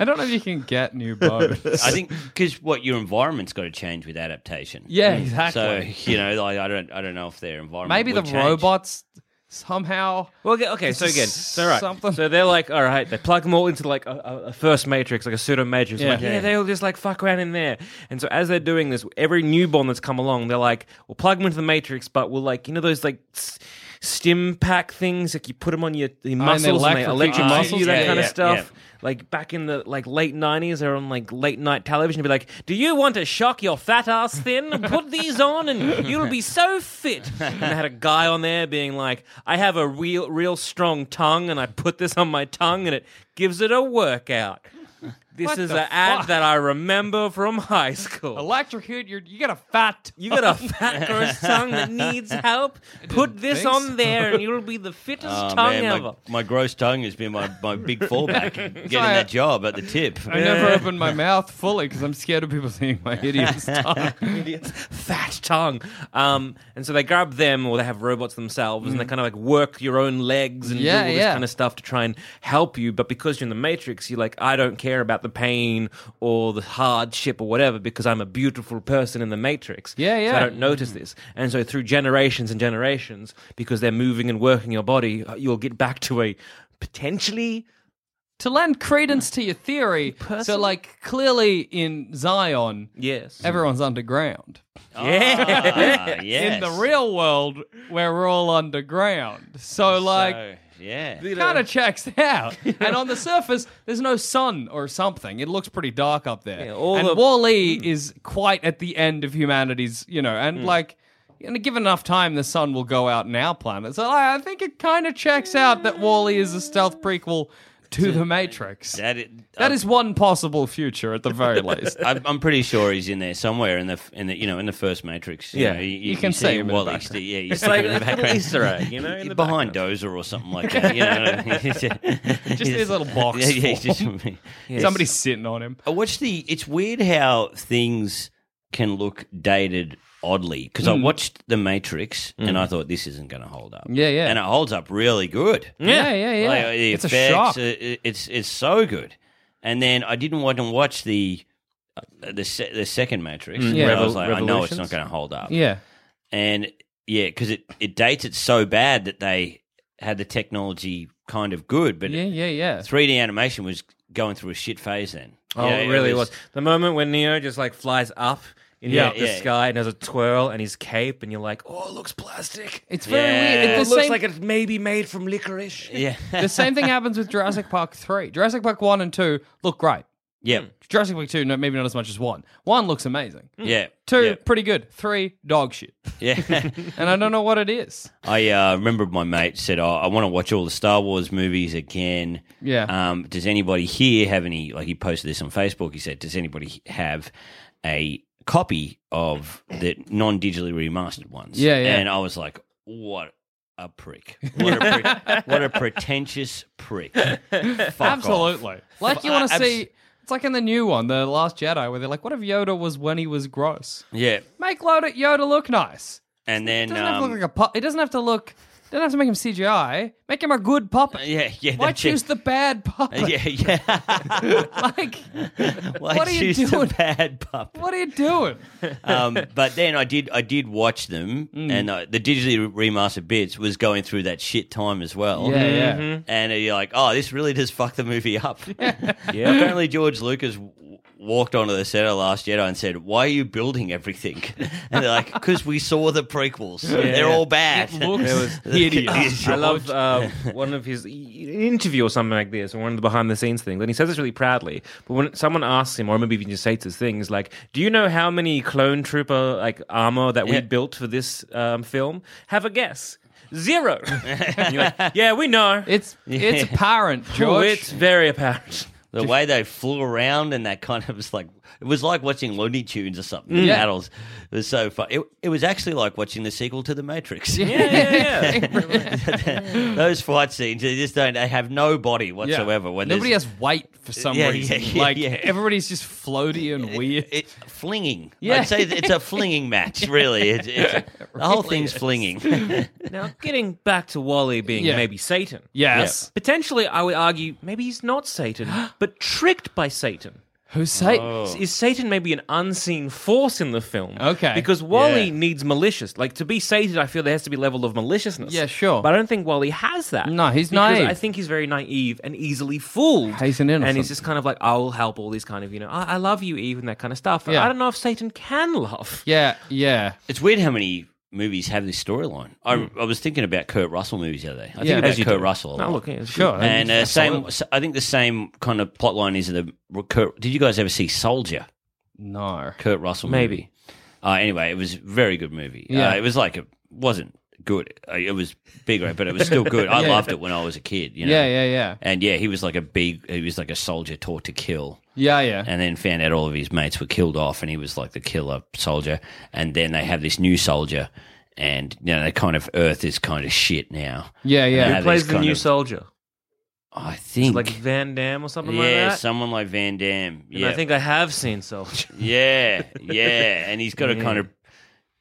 [SPEAKER 2] I don't know if you can get new bones.
[SPEAKER 4] I think because what your environment's got to change with adaptation.
[SPEAKER 2] yeah, exactly.
[SPEAKER 4] So you know, like I don't, I don't know if their environment.
[SPEAKER 2] Maybe the
[SPEAKER 4] would change.
[SPEAKER 2] robots somehow.
[SPEAKER 1] Well, okay, okay, so again, so right,
[SPEAKER 2] Something.
[SPEAKER 1] so they're like, all right, they plug them all into like a, a- a first matrix, like a pseudo matrix. Yeah.
[SPEAKER 2] Yeah.
[SPEAKER 1] Like, yeah, they all just like fuck around in there. And so as they're doing this, every newborn that's come along, they're like, we'll plug them into the matrix, but we'll like, you know, those like s- stim pack things, like you put them on your, your muscles and they
[SPEAKER 2] electrocute
[SPEAKER 1] electrocute
[SPEAKER 2] your
[SPEAKER 1] muscles,
[SPEAKER 2] muscles?
[SPEAKER 1] you, that
[SPEAKER 4] Yeah,
[SPEAKER 1] kind
[SPEAKER 4] yeah,
[SPEAKER 1] of stuff.
[SPEAKER 4] yeah.
[SPEAKER 1] Like back in the like late nineties, they're on like late night television. They'd Be like, do you want to shock your fat ass thin? Put these on, and you'll be so fit. And I had a guy on there being like, I have a real, real strong tongue, and I put this on my tongue, and it gives it a workout. This
[SPEAKER 2] What
[SPEAKER 1] is
[SPEAKER 2] the
[SPEAKER 1] an ad
[SPEAKER 2] fuck?
[SPEAKER 1] that I remember from high school.
[SPEAKER 2] Electrocute your. You got a fat.
[SPEAKER 1] You got a fat gross tongue that needs help. Put this
[SPEAKER 2] think so.
[SPEAKER 1] on there, and you'll be the fittest
[SPEAKER 4] Oh,
[SPEAKER 1] tongue
[SPEAKER 4] man,
[SPEAKER 1] ever.
[SPEAKER 4] my, my gross tongue has been my, my big fallback. Getting
[SPEAKER 2] Sorry.
[SPEAKER 4] that job at the tip.
[SPEAKER 2] I never open my mouth fully because I'm scared of people seeing my hideous tongue.
[SPEAKER 1] fat tongue. Um, and so they grab them, or they have robots themselves, and they kind of like work your own legs and
[SPEAKER 2] Mm.
[SPEAKER 1] do
[SPEAKER 2] Yeah,
[SPEAKER 1] all this
[SPEAKER 2] yeah.
[SPEAKER 1] kind of stuff to try and help you. But because you're in the Matrix, you're like, I don't care about the pain or the hardship or whatever because I'm a beautiful person in the Matrix.
[SPEAKER 2] Yeah,
[SPEAKER 1] So
[SPEAKER 2] yeah. Mm.
[SPEAKER 1] I don't notice this. And so through generations and generations, because they're moving and working your body, uh, you'll get back to a potentially
[SPEAKER 2] to lend credence to your theory, so like clearly in Zion,
[SPEAKER 1] yes.
[SPEAKER 2] everyone's underground. Ah.
[SPEAKER 4] yeah,
[SPEAKER 2] In the real world, where we're all underground. So like.
[SPEAKER 4] yeah.
[SPEAKER 2] kind of checks out. and on the surface, there's no sun or something. It looks pretty dark up there.
[SPEAKER 1] Yeah, all
[SPEAKER 2] and
[SPEAKER 1] the-
[SPEAKER 2] Wall-E is quite at the end of humanity's, you know, and like. And given enough time, the sun will go out in our planet. So I, I think it kind of checks out that Wall-E is a stealth prequel to The Matrix. That
[SPEAKER 4] That,
[SPEAKER 2] is one possible future, at the very least.
[SPEAKER 4] I'm, I'm pretty sure he's in there somewhere in the in the you know in the first Matrix. You
[SPEAKER 1] Yeah.
[SPEAKER 4] know, you, you,
[SPEAKER 2] You can
[SPEAKER 4] see
[SPEAKER 2] see him in the
[SPEAKER 4] Wally.
[SPEAKER 2] background.
[SPEAKER 4] st- yeah, you
[SPEAKER 1] It's
[SPEAKER 4] see him
[SPEAKER 1] like
[SPEAKER 4] in
[SPEAKER 1] a
[SPEAKER 4] the
[SPEAKER 1] little
[SPEAKER 4] background.
[SPEAKER 1] Easter egg, you know, in the
[SPEAKER 4] behind
[SPEAKER 1] background.
[SPEAKER 4] Dozer or something like that. You know,
[SPEAKER 2] Just his little box
[SPEAKER 4] Yeah, yeah,
[SPEAKER 2] full.
[SPEAKER 4] just-
[SPEAKER 2] Somebody's sitting on him.
[SPEAKER 4] I watched the. It's weird how things can look dated oddly because I watched The Matrix and I thought this isn't going to hold up.
[SPEAKER 2] Mm. Yeah, yeah.
[SPEAKER 4] and it holds up really good.
[SPEAKER 2] Yeah, yeah, yeah.
[SPEAKER 4] Like, the
[SPEAKER 2] it's a
[SPEAKER 4] effects,
[SPEAKER 2] shock.
[SPEAKER 4] uh, it- it's it's so good. And then I didn't want to watch the uh, the se- the second Matrix.
[SPEAKER 1] Mm,
[SPEAKER 2] yeah.
[SPEAKER 4] I was
[SPEAKER 1] Revol-
[SPEAKER 4] like, I know it's
[SPEAKER 1] Revolutions?
[SPEAKER 4] not going to hold up.
[SPEAKER 2] Yeah.
[SPEAKER 4] And yeah, because it, it dates it so bad that they had the technology kind of good, but
[SPEAKER 2] Yeah, yeah, yeah.
[SPEAKER 4] 3D animation was going through a shit phase then.
[SPEAKER 1] Oh,
[SPEAKER 4] Yeah,
[SPEAKER 1] it really was. The moment when Neo just like flies up in
[SPEAKER 4] Yeah,
[SPEAKER 1] the, the
[SPEAKER 4] yeah.
[SPEAKER 1] sky and has a twirl and his cape, and you're like, oh, it looks plastic.
[SPEAKER 2] It's very weird. It's
[SPEAKER 4] Yeah.
[SPEAKER 1] It
[SPEAKER 2] the
[SPEAKER 1] looks
[SPEAKER 2] same,
[SPEAKER 1] like it may be made from licorice.
[SPEAKER 4] Yeah.
[SPEAKER 2] the same thing happens with Jurassic Park 3. Jurassic Park 1 and 2 look great.
[SPEAKER 4] yeah.
[SPEAKER 2] Jurassic Park 2, no, maybe not as much as 1. 1 looks amazing.
[SPEAKER 4] Yeah.
[SPEAKER 2] 2, pretty good. 3, dog shit.
[SPEAKER 4] Yeah. yeah.
[SPEAKER 2] And I don't know what it is.
[SPEAKER 4] I uh, remember my mate said, oh, I want to watch all the Star Wars movies again.
[SPEAKER 2] Yeah.
[SPEAKER 4] Um, does anybody here have any? Like he posted this on Facebook. He said, Does anybody have a copy of the non digitally remastered ones?
[SPEAKER 2] Yeah, yeah.
[SPEAKER 4] And I was like, What a prick. What a, prick. what a pretentious prick. Fuck off.
[SPEAKER 2] Absolutely. Like you want to
[SPEAKER 4] Abs-
[SPEAKER 2] see. It's like in the new one, The Last Jedi, where they're like, what if Yoda was when he was gross?
[SPEAKER 4] Yeah.
[SPEAKER 2] Make Yoda, Yoda look nice.
[SPEAKER 4] And
[SPEAKER 2] It
[SPEAKER 4] then.
[SPEAKER 2] doesn't have to
[SPEAKER 4] um,
[SPEAKER 2] look like a pup. It doesn't have to look. Doesn't have to make him CGI. Make him a good puppet.
[SPEAKER 4] yeah, yeah.
[SPEAKER 2] Why
[SPEAKER 4] that's it.
[SPEAKER 2] choose the bad puppet?
[SPEAKER 4] Yeah, yeah.
[SPEAKER 2] Like,
[SPEAKER 4] Why
[SPEAKER 2] What are you
[SPEAKER 4] choose the
[SPEAKER 2] doing?
[SPEAKER 4] bad pup?
[SPEAKER 2] what are you doing?
[SPEAKER 4] um, but then I did I did watch them,
[SPEAKER 2] Mm.
[SPEAKER 4] and uh, the digitally remastered bits was going through that shit time as well.
[SPEAKER 2] Yeah, yeah.
[SPEAKER 4] And you're like, oh, this really does fuck the movie up. Apparently, George Lucas w- walked onto the set of Last Jedi and said, "Why are you building everything?" And they're like, "Because we saw the prequels. They're all bad.
[SPEAKER 2] It looks
[SPEAKER 4] hideous.
[SPEAKER 1] I love uh, one of his an interview or something like this, or one of the behind the scenes things. And he says this really proudly. But when someone asks him, or maybe even just states his things, like, "Do you know how many clone trooper like armor that we
[SPEAKER 4] Yeah.
[SPEAKER 1] built for this um, film? Have a guess. Zero. And you're like, yeah, we know.
[SPEAKER 2] It's it's apparent,
[SPEAKER 1] Oh,
[SPEAKER 2] George.
[SPEAKER 1] it's very apparent.
[SPEAKER 4] The way they flew around and that kind of was like it was like watching Looney Tunes or something. The
[SPEAKER 2] Mm. Yeah.
[SPEAKER 4] battles it was so fun. It, it was actually like watching the sequel to The Matrix.
[SPEAKER 1] Yeah, yeah, yeah.
[SPEAKER 4] Those fight scenes, they just don't. They have no body
[SPEAKER 2] Yeah.
[SPEAKER 4] whatsoever. When
[SPEAKER 2] Nobody
[SPEAKER 4] there's-
[SPEAKER 2] has weight for some
[SPEAKER 4] Yeah,
[SPEAKER 2] reason.
[SPEAKER 4] yeah, yeah,
[SPEAKER 2] like
[SPEAKER 4] yeah.
[SPEAKER 2] everybody's just floaty and weird.
[SPEAKER 4] It, flinging.
[SPEAKER 2] Yeah.
[SPEAKER 4] I'd say it's a flinging match, really. It's, it's, the whole thing's flinging.
[SPEAKER 1] now, getting back to Wally being
[SPEAKER 2] Yeah.
[SPEAKER 1] maybe Satan.
[SPEAKER 2] yes.
[SPEAKER 1] Potentially, I would argue maybe he's not Satan, but tricked by Satan.
[SPEAKER 2] Who's Satan?
[SPEAKER 4] Oh.
[SPEAKER 1] Is Satan maybe an unseen force in the film?
[SPEAKER 2] Okay.
[SPEAKER 1] Because Wally
[SPEAKER 4] Yeah.
[SPEAKER 1] needs malicious. Like to be Satan, I feel there has to be level of maliciousness.
[SPEAKER 2] Yeah, sure.
[SPEAKER 1] But I don't think Wally has that.
[SPEAKER 2] No, he's
[SPEAKER 1] because
[SPEAKER 2] naive.
[SPEAKER 1] I think he's very naive and easily fooled.
[SPEAKER 2] He's an innocent.
[SPEAKER 1] And he's just kind of like, I'll help all these kind of, you know, I, I love you, Eve, and that kind of stuff.
[SPEAKER 2] Yeah.
[SPEAKER 1] I don't know if Satan can love.
[SPEAKER 2] Yeah, yeah.
[SPEAKER 4] It's weird how many movies have this storyline. I, I was thinking about Kurt Russell movies the other day.
[SPEAKER 2] Hmm.
[SPEAKER 4] I
[SPEAKER 2] Yeah.
[SPEAKER 4] think about
[SPEAKER 2] As you
[SPEAKER 4] Kurt Russell. A
[SPEAKER 1] No,
[SPEAKER 4] lot.
[SPEAKER 1] look, yeah,
[SPEAKER 2] Sure.
[SPEAKER 4] and uh, same,
[SPEAKER 2] Absolutely.
[SPEAKER 4] s- I think the same kind of plot line is the Kurt, did you guys ever see Soldier?
[SPEAKER 2] No.
[SPEAKER 4] Kurt Russell, movie?
[SPEAKER 1] Maybe.
[SPEAKER 4] Uh, anyway, it was a very good movie.
[SPEAKER 2] Yeah.
[SPEAKER 4] Uh, it was like it wasn't good. Uh, It was bigger, but it was still good. I loved it when I was a kid. You know?
[SPEAKER 2] Yeah, yeah, yeah.
[SPEAKER 4] And yeah, he was like a big. He was like a soldier taught to kill,
[SPEAKER 2] Yeah, yeah.
[SPEAKER 4] and then found out all of his mates were killed off, and he was like the killer soldier. And then they have this new soldier, and you know, they kind of Earth is kind of shit now.
[SPEAKER 2] Yeah,
[SPEAKER 4] And they
[SPEAKER 2] yeah.
[SPEAKER 4] have
[SPEAKER 1] Who plays
[SPEAKER 4] this
[SPEAKER 1] the
[SPEAKER 4] kind
[SPEAKER 1] new
[SPEAKER 4] of-
[SPEAKER 1] soldier?
[SPEAKER 4] I think
[SPEAKER 1] Like Van Damme or something
[SPEAKER 4] yeah,
[SPEAKER 1] like that?
[SPEAKER 4] someone like Van Damme.
[SPEAKER 1] And
[SPEAKER 4] Yeah,
[SPEAKER 1] I think I have seen Soldier.
[SPEAKER 4] Yeah, yeah, and he's got a kind of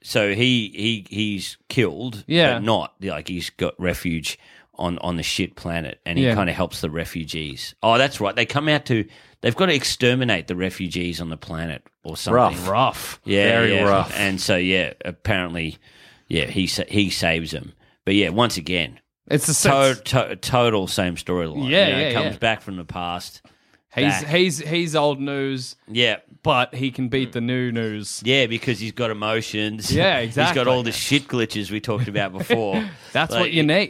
[SPEAKER 4] so he he he's killed,
[SPEAKER 2] Yeah.
[SPEAKER 4] but not like he's got refuge on on the shit planet, and he
[SPEAKER 2] Yeah.
[SPEAKER 4] kind of helps the refugees. Oh, that's right, they come out to they've got to exterminate the refugees on the planet or something.
[SPEAKER 2] Rough.
[SPEAKER 4] yeah,
[SPEAKER 1] very
[SPEAKER 4] yeah.
[SPEAKER 1] rough.
[SPEAKER 4] And so yeah, apparently, yeah, he sa- he saves them, but yeah, once again.
[SPEAKER 2] It's the same.
[SPEAKER 4] To- to- total same storyline.
[SPEAKER 2] Yeah,
[SPEAKER 4] you know,
[SPEAKER 2] yeah,
[SPEAKER 4] comes
[SPEAKER 2] yeah.
[SPEAKER 4] back from the past.
[SPEAKER 2] He's
[SPEAKER 4] back.
[SPEAKER 2] he's he's old news,
[SPEAKER 4] Yeah,
[SPEAKER 2] but he can beat the new news.
[SPEAKER 4] Yeah, because he's got emotions.
[SPEAKER 2] Yeah,
[SPEAKER 4] He's
[SPEAKER 2] exactly.
[SPEAKER 4] got all the shit glitches we talked about before.
[SPEAKER 2] That's
[SPEAKER 4] Like,
[SPEAKER 2] what you need.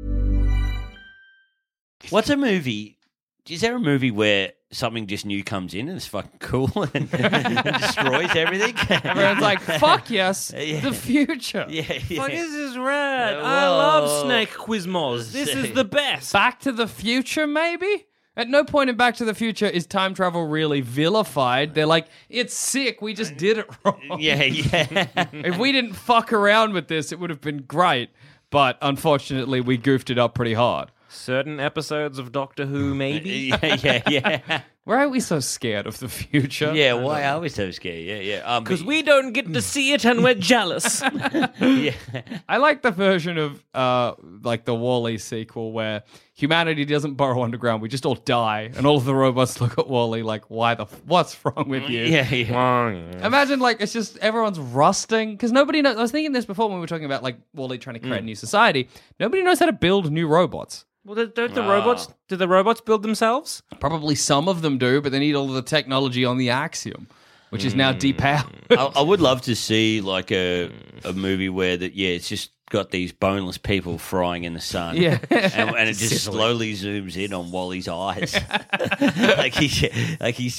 [SPEAKER 4] What's a movie? Is there a movie where something just new comes in and it's fucking cool and destroys everything?
[SPEAKER 2] Everyone's like, fuck yes,
[SPEAKER 4] Yeah.
[SPEAKER 2] the future.
[SPEAKER 4] yeah, yeah.
[SPEAKER 1] Fuck, this is rad.
[SPEAKER 4] Yeah,
[SPEAKER 1] I love
[SPEAKER 4] whoa.
[SPEAKER 1] Snake Quizmos. This is the best.
[SPEAKER 2] Back to the Future, maybe? At no point in Back to the Future is time travel really vilified. They're like, it's sick, we just did it wrong.
[SPEAKER 4] yeah, yeah.
[SPEAKER 2] If we didn't fuck around with this, it would have been great, but unfortunately, we goofed it up pretty hard.
[SPEAKER 1] Certain episodes of Doctor Who, maybe.
[SPEAKER 4] yeah, yeah, yeah.
[SPEAKER 2] Why are we so scared of the future?
[SPEAKER 4] Yeah, why are we so scared? Yeah, yeah. Um,
[SPEAKER 1] Because we don't get to see it and we're jealous.
[SPEAKER 4] yeah,
[SPEAKER 2] I like the version of uh, like the Wally sequel where humanity doesn't burrow underground. We just all die, and all of the robots look at Wally like, "Why the? F- what's wrong with you?"
[SPEAKER 4] yeah, yeah.
[SPEAKER 2] Imagine like it's just everyone's rusting because nobody knows. I was thinking this before when we were talking about like Wally trying to create a new society. Nobody knows how to build new robots.
[SPEAKER 1] well, don't don't the robots? Do the robots build themselves?
[SPEAKER 2] Probably some of them do, but they need all the technology on the Axiom, which is now depowered.
[SPEAKER 4] I, I would love to see like a a movie where that yeah, it's just got these boneless people frying in the sun.
[SPEAKER 2] Yeah.
[SPEAKER 4] and, and it just slowly zooms in on Wally's eyes, like he's like he's,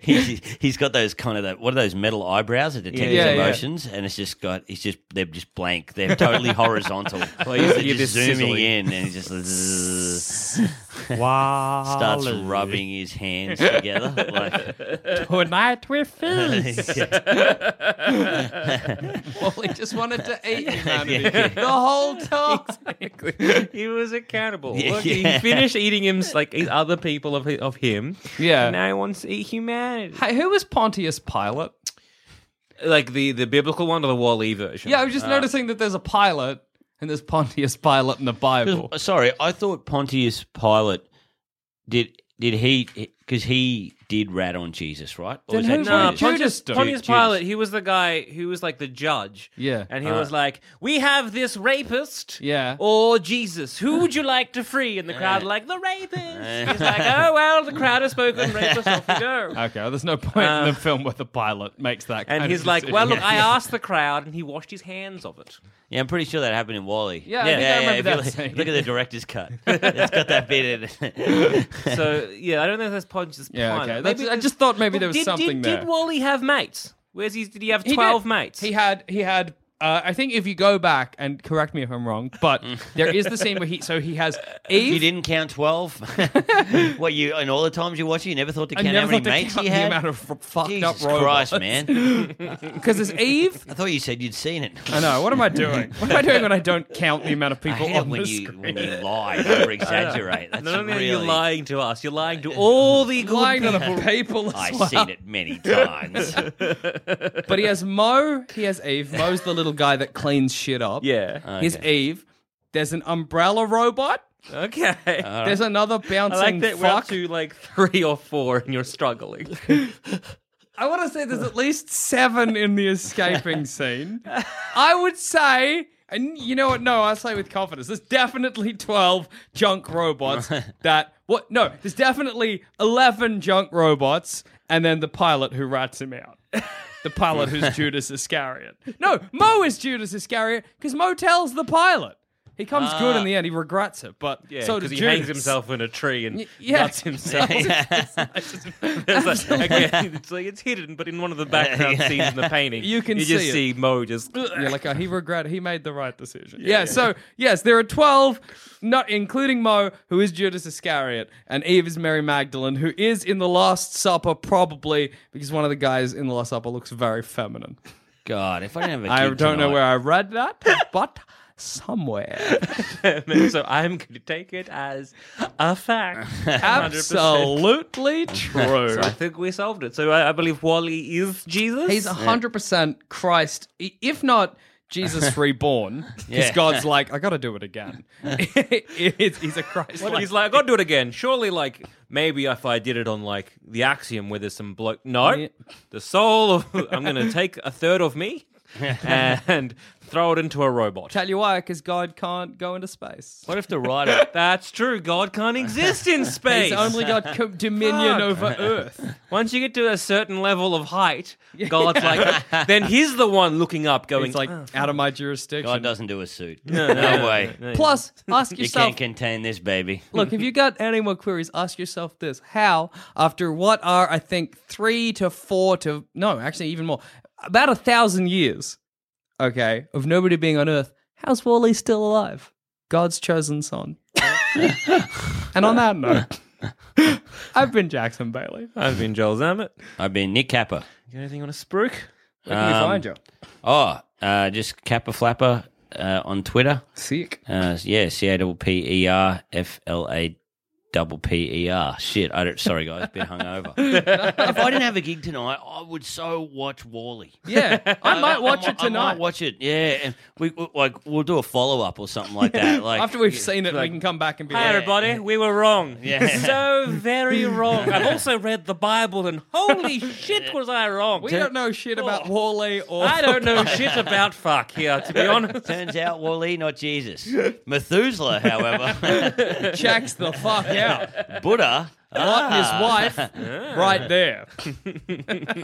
[SPEAKER 4] he's he's got those kind of that what are those metal eyebrows that detect
[SPEAKER 2] Yeah,
[SPEAKER 4] his
[SPEAKER 2] yeah.
[SPEAKER 4] emotions, and it's just got he's just they're just blank, they're totally horizontal. Well, he's
[SPEAKER 1] hear
[SPEAKER 4] just
[SPEAKER 1] this
[SPEAKER 4] zooming
[SPEAKER 1] sizzling.
[SPEAKER 4] in, and he just zzz,
[SPEAKER 2] wow!
[SPEAKER 4] starts rubbing his hands together. Like,
[SPEAKER 2] Tonight we feast. Wally just wanted to eat humanity the whole time.
[SPEAKER 1] he was accountable.
[SPEAKER 4] Yeah.
[SPEAKER 1] Look, he finished eating him like these other people of hi- of him.
[SPEAKER 2] Yeah.
[SPEAKER 1] And now he wants to eat humanity.
[SPEAKER 2] Hey, who was Pontius Pilate?
[SPEAKER 1] Like the the biblical one or the Wall-E version.
[SPEAKER 2] Yeah, I was just noticing that there's a pilot and there's Pontius Pilate in the Bible.
[SPEAKER 4] Uh, Sorry, I thought Pontius Pilate did did he because he did rat on Jesus, right? Or
[SPEAKER 2] Then
[SPEAKER 4] was
[SPEAKER 2] who-
[SPEAKER 4] that
[SPEAKER 1] No,
[SPEAKER 2] Judas.
[SPEAKER 4] Judas?
[SPEAKER 1] Pontius,
[SPEAKER 2] Judas.
[SPEAKER 1] Pontius
[SPEAKER 4] Ju- Judas.
[SPEAKER 1] Pilate, he was the guy who was like the judge.
[SPEAKER 2] Yeah. Uh-huh.
[SPEAKER 1] And he was like, We have this rapist.
[SPEAKER 2] Yeah.
[SPEAKER 1] Or Jesus. Who would you like to free? And the crowd like, The rapist. He's like, Oh, well, the crowd has spoken. Rapist, off we go.
[SPEAKER 2] Okay, well, there's no point in
[SPEAKER 4] Uh,
[SPEAKER 2] the film where the pilot makes that. Kind
[SPEAKER 1] And
[SPEAKER 2] of
[SPEAKER 1] he's like,
[SPEAKER 2] decision.
[SPEAKER 1] Well, look, I asked the crowd, and he washed his hands of it.
[SPEAKER 4] Yeah, I'm pretty sure that happened in Wally.
[SPEAKER 2] Yeah, I think I remember that
[SPEAKER 4] if you
[SPEAKER 2] scene.
[SPEAKER 4] look, look at the director's cut. it's got that bit in it.
[SPEAKER 1] So, yeah, I don't know if that's Pontius
[SPEAKER 2] Yeah,
[SPEAKER 1] Pilate.
[SPEAKER 2] okay.
[SPEAKER 1] Maybe
[SPEAKER 2] That's- I
[SPEAKER 1] there's-
[SPEAKER 2] just thought maybe there was
[SPEAKER 1] did,
[SPEAKER 2] something
[SPEAKER 1] did,
[SPEAKER 2] there.
[SPEAKER 1] Did Wally have mates? Where's he? Did he have
[SPEAKER 2] He did.
[SPEAKER 1] 12 mates?
[SPEAKER 2] He had. He had. Uh, I think if you go back and correct me if I'm wrong, but there is the scene where he. So he has Eve.
[SPEAKER 4] you didn't count twelve. what you and all the times you watch it, you never thought to
[SPEAKER 2] I
[SPEAKER 4] count how
[SPEAKER 2] never
[SPEAKER 4] many
[SPEAKER 2] thought to
[SPEAKER 4] mates
[SPEAKER 2] count
[SPEAKER 4] you
[SPEAKER 2] the
[SPEAKER 4] had.
[SPEAKER 2] amount of f- fucked
[SPEAKER 4] Jesus
[SPEAKER 2] up robots.
[SPEAKER 4] Christ, man!
[SPEAKER 2] Because there's Eve.
[SPEAKER 4] I thought you said you'd seen it.
[SPEAKER 2] I know. What am I doing? What am I doing when I don't count the amount of
[SPEAKER 4] I
[SPEAKER 2] people
[SPEAKER 4] hate it
[SPEAKER 2] on the
[SPEAKER 4] when you
[SPEAKER 2] screen?
[SPEAKER 4] when you lie, over exaggerate. That's
[SPEAKER 1] Not only
[SPEAKER 4] really
[SPEAKER 1] are you lying to us, you're lying to all the good
[SPEAKER 2] Lying to
[SPEAKER 1] people.
[SPEAKER 2] the people as
[SPEAKER 4] I've
[SPEAKER 2] well.
[SPEAKER 4] seen it many times.
[SPEAKER 2] But he has Mo. He has Eve. Mo's the little guy that cleans shit up.
[SPEAKER 1] Yeah.
[SPEAKER 2] He has Eve. There's an umbrella robot.
[SPEAKER 1] Okay.
[SPEAKER 2] There's another
[SPEAKER 1] I
[SPEAKER 2] bouncing
[SPEAKER 1] like that we're up
[SPEAKER 2] fuck.
[SPEAKER 1] to like three or four and you're struggling.
[SPEAKER 2] I want to say there's at least seven in the escaping scene. I would say, and you know what? No, I say with confidence. There's definitely twelve junk robots that what? No, there's definitely eleven junk robots, and then the pilot who rats him out. The pilot who's Judas Iscariot. No, Mo is Judas Iscariot because Mo tells the pilot. He comes good in the end. He regrets it, but
[SPEAKER 1] Ah. Yeah,
[SPEAKER 2] so
[SPEAKER 1] because he
[SPEAKER 2] does Judas.
[SPEAKER 1] hangs himself in a tree and
[SPEAKER 2] yeah.
[SPEAKER 1] nuts himself. There's like- again, it's like it's hidden, but in one of the background scenes in the painting,
[SPEAKER 2] You can
[SPEAKER 1] you just
[SPEAKER 2] see it.
[SPEAKER 1] see Mo just.
[SPEAKER 2] Yeah, like uh, he regretted, he made the right decision. Yeah, so yes, there are 12, not including Mo, who is Judas Iscariot, and Eve is Mary Magdalene, who is in the Last Supper, probably because one of the guys in the Last Supper looks very feminine.
[SPEAKER 4] God, if I didn't have a kid
[SPEAKER 2] I don't know
[SPEAKER 4] tonight-
[SPEAKER 2] where I read that, but somewhere.
[SPEAKER 1] so I'm going to take it as a fact. 100%.
[SPEAKER 2] Absolutely true.
[SPEAKER 1] So I think we solved it. So I, I believe Wally is Jesus.
[SPEAKER 2] He's 100% Christ, i- if not Jesus reborn, because
[SPEAKER 4] Yeah.
[SPEAKER 2] God's like, I got to do it again. It's- he's a Christ.
[SPEAKER 1] What if he's like, I gotta do it again. Surely, like, maybe if I did it on like the axiom where there's some bloke. No,
[SPEAKER 2] Yeah.
[SPEAKER 1] the soul of I'm gonna take a third of me, and throw it into a robot.
[SPEAKER 2] Tell you why, because God can't go into space.
[SPEAKER 1] What if the writer? That's true. God can't exist in space.
[SPEAKER 2] He's only got co- dominion
[SPEAKER 1] Fuck.
[SPEAKER 2] over Earth.
[SPEAKER 1] Once you get to a certain level of height, God's like, then he's the one looking up, going "Oh,
[SPEAKER 2] It's like out of my jurisdiction.
[SPEAKER 4] God doesn't do a suit. No, way.
[SPEAKER 2] Plus, ask
[SPEAKER 4] You
[SPEAKER 2] yourself.
[SPEAKER 4] can't contain this baby.
[SPEAKER 2] Look, if you got any more queries, ask yourself this: How, after what are I think three to four to no, actually even more, about a thousand years, okay, of nobody being on Earth, how's Wally still alive? God's chosen son. and on that note, I've been Jackson Bailey.
[SPEAKER 1] I've been Joel Zammett.
[SPEAKER 4] I've been Nick Kappa.
[SPEAKER 1] You got anything on a spruik? Um,
[SPEAKER 2] Where can we find you?
[SPEAKER 4] Oh, uh, just Kappa Flapper uh, on Twitter.
[SPEAKER 2] Sick.
[SPEAKER 4] Uh, yeah, C A double P E R F L A double P E R. Shit, I don't. Sorry, guys, bit hungover. if I didn't have a gig tonight, I would so watch Wally.
[SPEAKER 2] Yeah, I might watch
[SPEAKER 4] I
[SPEAKER 2] it tonight.
[SPEAKER 4] might watch it. Yeah, and we, we like we'll do a follow up or something like that. Like
[SPEAKER 2] After we've seen it, we can come back and be
[SPEAKER 1] Hey,
[SPEAKER 2] like,
[SPEAKER 1] everybody, we were wrong.
[SPEAKER 4] Yeah.
[SPEAKER 1] So very wrong. I've also read the Bible, and holy shit, was I wrong.
[SPEAKER 2] we don't know shit about
[SPEAKER 1] Oh.
[SPEAKER 2] Wally or
[SPEAKER 1] I don't know shit about fuck here, to be honest.
[SPEAKER 4] Turns out Wally, not Jesus. Methuselah, however,
[SPEAKER 2] checks the fuck out.
[SPEAKER 4] Buddha.
[SPEAKER 2] Lot
[SPEAKER 1] Ah.
[SPEAKER 2] and his wife, right there.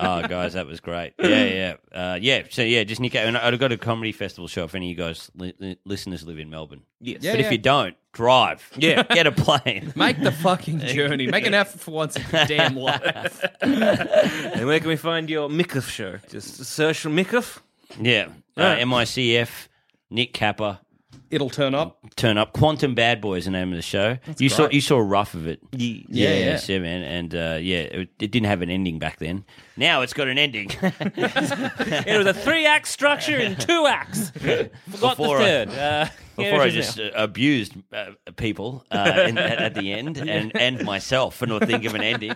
[SPEAKER 4] Oh, guys, that was great. Yeah, yeah, uh, yeah. So yeah, just Nico. And I- I've got a comedy festival show. If any of you guys li- li- listeners live in Melbourne, yes.
[SPEAKER 2] Yeah,
[SPEAKER 4] but
[SPEAKER 2] yeah.
[SPEAKER 4] if you don't, drive.
[SPEAKER 1] Yeah.
[SPEAKER 4] get a plane.
[SPEAKER 2] Make the fucking journey. Make an effort for once in your damn life.
[SPEAKER 1] And where can we find your Micketh show? Just search for Micketh.
[SPEAKER 4] yeah,
[SPEAKER 1] Yeah.
[SPEAKER 4] uh, M I C F. Nick Kappa.
[SPEAKER 2] It'll turn up.
[SPEAKER 4] Turn up. Quantum Bad Boy is the name of the show. you saw you saw a rough of it. Yeah, yeah,
[SPEAKER 2] yeah.
[SPEAKER 4] yeah man. And uh, yeah, it, it didn't have an ending back then. Now it's got an ending.
[SPEAKER 1] It was a three act structure in two acts. Forgot
[SPEAKER 4] Before
[SPEAKER 1] the
[SPEAKER 4] I-
[SPEAKER 1] third. Uh, here
[SPEAKER 4] Before
[SPEAKER 1] it
[SPEAKER 4] I
[SPEAKER 1] is
[SPEAKER 4] just
[SPEAKER 1] now.
[SPEAKER 4] uh, abused uh, people uh, in, at, at the end and, and myself for not thinking of an ending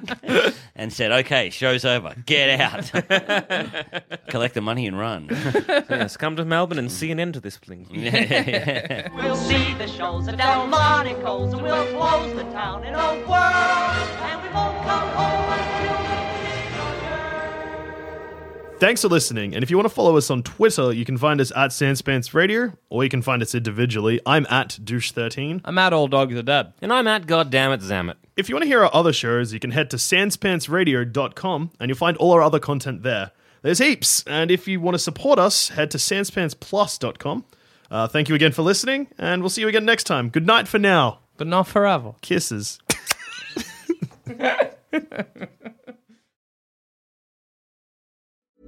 [SPEAKER 4] and said, okay, show's over. Get out. Collect the money and run.
[SPEAKER 1] Yes, come to Melbourne and see an end to this thing.
[SPEAKER 3] We'll see the shows at Delmonico's and we'll close the town in a whirl. And we won't come home until
[SPEAKER 6] Thanks for listening. And if you want to follow us on Twitter, you can find us at Sanspants Radio, or you can find us individually. I'm at douche13.
[SPEAKER 2] I'm at all dogs are dead.
[SPEAKER 1] And I'm at Goddammit Zammit.
[SPEAKER 6] If you want to hear our other shows, you can head to sanspantsradio.com and you'll find all our other content there. There's heaps. And if you want to support us, head to sanspantsplus.com. Uh, thank you again for listening, and we'll see you again next time. Good night for now.
[SPEAKER 2] But not forever.
[SPEAKER 6] Kisses.